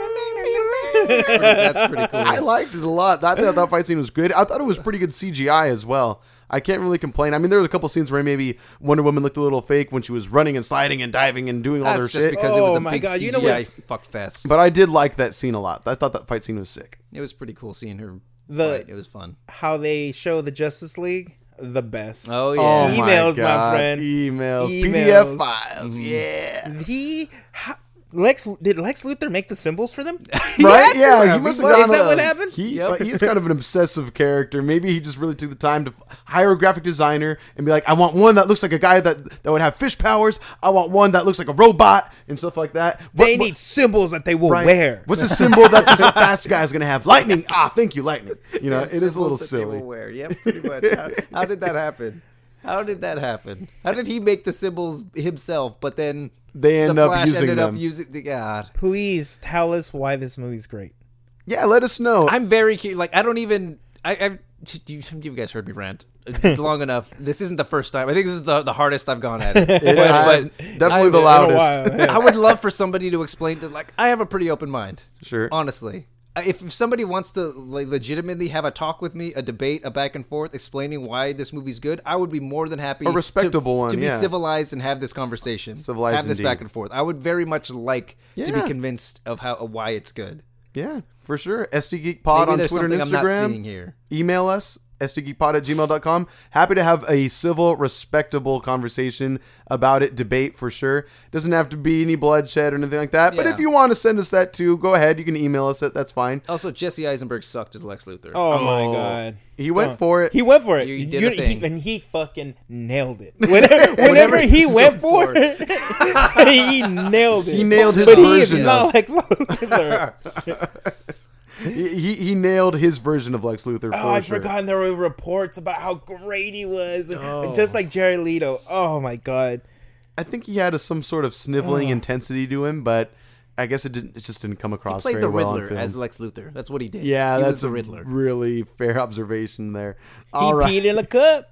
Speaker 2: that's pretty cool.
Speaker 1: I liked it a lot. I thought that fight scene was good. I thought it was pretty good CGI as well. I can't really complain. I mean, there was a couple scenes where maybe Wonder Woman looked a little fake when she was running and sliding and diving and doing all
Speaker 2: That's
Speaker 1: her
Speaker 2: just
Speaker 1: shit.
Speaker 2: because it was
Speaker 4: Oh
Speaker 2: a
Speaker 4: my
Speaker 2: big
Speaker 4: God,
Speaker 2: CGI
Speaker 4: you know what's-
Speaker 2: fuck fest.
Speaker 1: But I did like that scene a lot. I thought that fight scene was sick.
Speaker 2: it was pretty cool seeing her.
Speaker 4: The-
Speaker 2: fight. It was fun.
Speaker 4: How they show the Justice League, the best.
Speaker 2: Oh yeah.
Speaker 1: Oh
Speaker 4: Emails, my
Speaker 1: God.
Speaker 4: friend.
Speaker 1: Emails, PDF
Speaker 4: Emails. Mm-hmm.
Speaker 1: files. Yeah.
Speaker 4: he. ha- Lex did Lex Luthor make the symbols for them?
Speaker 1: Right?
Speaker 4: to
Speaker 1: Yeah,
Speaker 4: have.
Speaker 1: he must
Speaker 4: Is
Speaker 1: have gotten
Speaker 4: that
Speaker 1: a-
Speaker 4: what happened?
Speaker 1: He,
Speaker 2: Yep.
Speaker 1: uh, he's kind of an obsessive character. Maybe he just really took the time to hire a graphic designer and be like, I want one that looks like a guy that, that would have fish powers. I want one that looks like a robot and stuff like that. What-
Speaker 4: They
Speaker 1: what-
Speaker 4: need symbols that they will
Speaker 1: Right.
Speaker 4: wear.
Speaker 1: What's a symbol that this fast guy is going to have? Lightning. Ah, thank you, lightning. You know, it is a little silly.
Speaker 2: Yep, pretty much. How, how did that happen? How did that happen? How did he make the symbols himself? But then
Speaker 1: They end
Speaker 2: the
Speaker 1: up
Speaker 2: Flash
Speaker 1: using
Speaker 2: ended
Speaker 1: them.
Speaker 2: up using the God.
Speaker 4: Please tell us why this movie's great.
Speaker 1: Yeah, let us know.
Speaker 2: I'm very curious. Like, I don't even. I, I've you, you guys heard me rant long enough. This isn't the first time. I think this is the, the hardest I've gone at it.
Speaker 1: It-
Speaker 2: But-
Speaker 1: I'm
Speaker 2: but
Speaker 1: definitely
Speaker 2: I'm-
Speaker 1: the
Speaker 2: in a
Speaker 1: loudest.
Speaker 4: while, yeah.
Speaker 2: I would love for somebody to explain to like I have a pretty open mind.
Speaker 1: Sure.
Speaker 2: Honestly. Uh, If if somebody wants to like, legitimately have a talk with me, a debate, a back and forth, explaining why this movie's good, I would be more than happy.
Speaker 1: A respectable
Speaker 2: to,
Speaker 1: one,
Speaker 2: to be
Speaker 1: yeah.
Speaker 2: civilized and have this conversation,
Speaker 1: Civilized
Speaker 2: have this
Speaker 1: indeed.
Speaker 2: back and forth. I would very much like to be
Speaker 1: Yeah.
Speaker 2: convinced of how of why it's good.
Speaker 1: Yeah, for sure. SD Geek
Speaker 2: Maybe
Speaker 1: Pod on
Speaker 2: there's
Speaker 1: Twitter and
Speaker 2: something I'm not seeing
Speaker 1: Instagram.
Speaker 2: here.
Speaker 1: Email us, sdgeekpod at gmail.com. Happy to have a civil, respectable conversation about it, debate for sure. Doesn't have to be any bloodshed or anything like that. But
Speaker 2: Yeah.
Speaker 1: if you want to send us that too, go ahead. You can email us it. That's fine.
Speaker 2: Also, Jesse Eisenberg sucked as Lex Luthor.
Speaker 4: Oh, my god.
Speaker 1: He went for it.
Speaker 4: He went for it.
Speaker 2: You did a
Speaker 4: he-
Speaker 2: thing.
Speaker 4: and he fucking nailed it. Whenever, whenever he went for it, he nailed it.
Speaker 1: He nailed his
Speaker 4: but
Speaker 1: version
Speaker 4: he is
Speaker 1: of-
Speaker 4: not Lex Luthor.
Speaker 1: He, he, he nailed his version of Lex Luthor. for
Speaker 4: Oh, I
Speaker 1: sure.
Speaker 4: forgot. And there were reports about how great he was, and- and just like Jerry Leto. Oh my god.
Speaker 1: I think he had a, some sort of sniveling intensity to him, but I guess it didn't. It just didn't come across.
Speaker 2: Played
Speaker 1: very
Speaker 2: the
Speaker 1: well on
Speaker 2: Riddler
Speaker 1: film.
Speaker 2: as Lex Luthor. That's what he did.
Speaker 1: Yeah,
Speaker 2: he
Speaker 1: that's
Speaker 2: was the
Speaker 1: a
Speaker 2: Riddler.
Speaker 1: really fair observation there.
Speaker 3: He
Speaker 1: All right.
Speaker 3: peed in a cup.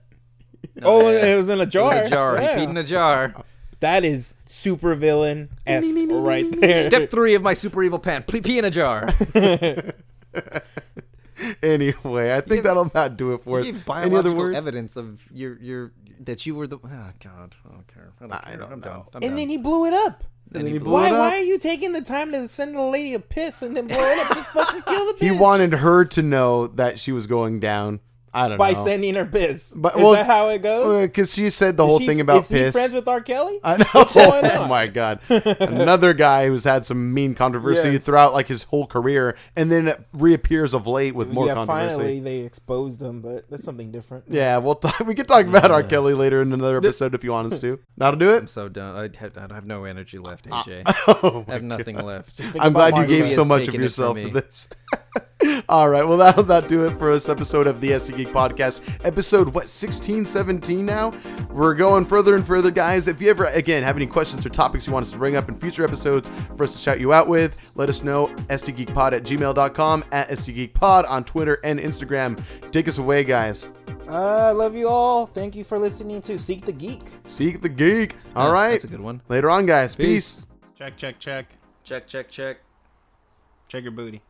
Speaker 3: oh, it was in a jar.
Speaker 2: a jar.
Speaker 3: Yeah.
Speaker 2: He peed in a jar.
Speaker 3: That is super villain esque right there.
Speaker 2: Step three of my super evil pan. Pee, pee in a jar.
Speaker 1: Anyway, I think that'll about do it for us.
Speaker 2: Give
Speaker 1: Any other
Speaker 2: biological
Speaker 1: words?
Speaker 2: evidence of your your that you were the. Oh God, I don't care. I don't care.
Speaker 1: don't
Speaker 2: I'm
Speaker 1: know.
Speaker 2: done. I'm
Speaker 3: and
Speaker 2: done.
Speaker 3: then he blew it up.
Speaker 1: And then he blew
Speaker 3: Why?
Speaker 1: it up.
Speaker 3: Why are you taking the time to send a lady a piss and then blow it up? Just fucking kill the
Speaker 1: He
Speaker 3: bitch.
Speaker 1: wanted her to know that she was going down. I don't
Speaker 3: by
Speaker 1: know.
Speaker 3: sending her piss.
Speaker 1: But-
Speaker 3: is
Speaker 1: well,
Speaker 3: that how it goes?
Speaker 1: because she said the whole
Speaker 3: She's-
Speaker 1: thing about
Speaker 3: is
Speaker 1: piss.
Speaker 3: he friends with R. Kelly?
Speaker 1: I know.
Speaker 3: going
Speaker 1: Oh
Speaker 3: on?
Speaker 1: my god! Another guy who's had some mean controversy
Speaker 3: Yes.
Speaker 1: throughout like his whole career, and then reappears of late with more
Speaker 3: yeah,
Speaker 1: controversy.
Speaker 3: finally they exposed him, but that's something different.
Speaker 1: Yeah, we'll talk, we can talk about R. Kelly later in another episode if you want us to. That'll do
Speaker 2: I'm
Speaker 1: it.
Speaker 2: so done. I have, I have no energy left, AJ.
Speaker 1: Ah. Oh
Speaker 2: I have nothing left.
Speaker 1: I'm
Speaker 3: about
Speaker 1: glad you
Speaker 3: Mark
Speaker 1: gave
Speaker 3: Lee
Speaker 1: so
Speaker 2: has
Speaker 1: much of
Speaker 2: taken it
Speaker 1: yourself
Speaker 2: from
Speaker 1: for
Speaker 2: me.
Speaker 1: this. All right, well that'll about do it for this episode of the SD Geek Podcast, episode what 16, 17 now. We're going further and further, guys. If you ever again have any questions or topics you want us to bring up in future episodes for us to shout you out with, let us know sdgeekpod at gmail.com at sdgeekpod on Twitter and Instagram. Take us away, guys.
Speaker 3: I Uh, love you all. Thank you for listening to Seek the Geek.
Speaker 1: Seek the geek. All right,
Speaker 2: that's a good one.
Speaker 1: Later on, guys. Peace.
Speaker 5: Check, check, check.
Speaker 2: Check, check, check.
Speaker 5: Check your booty.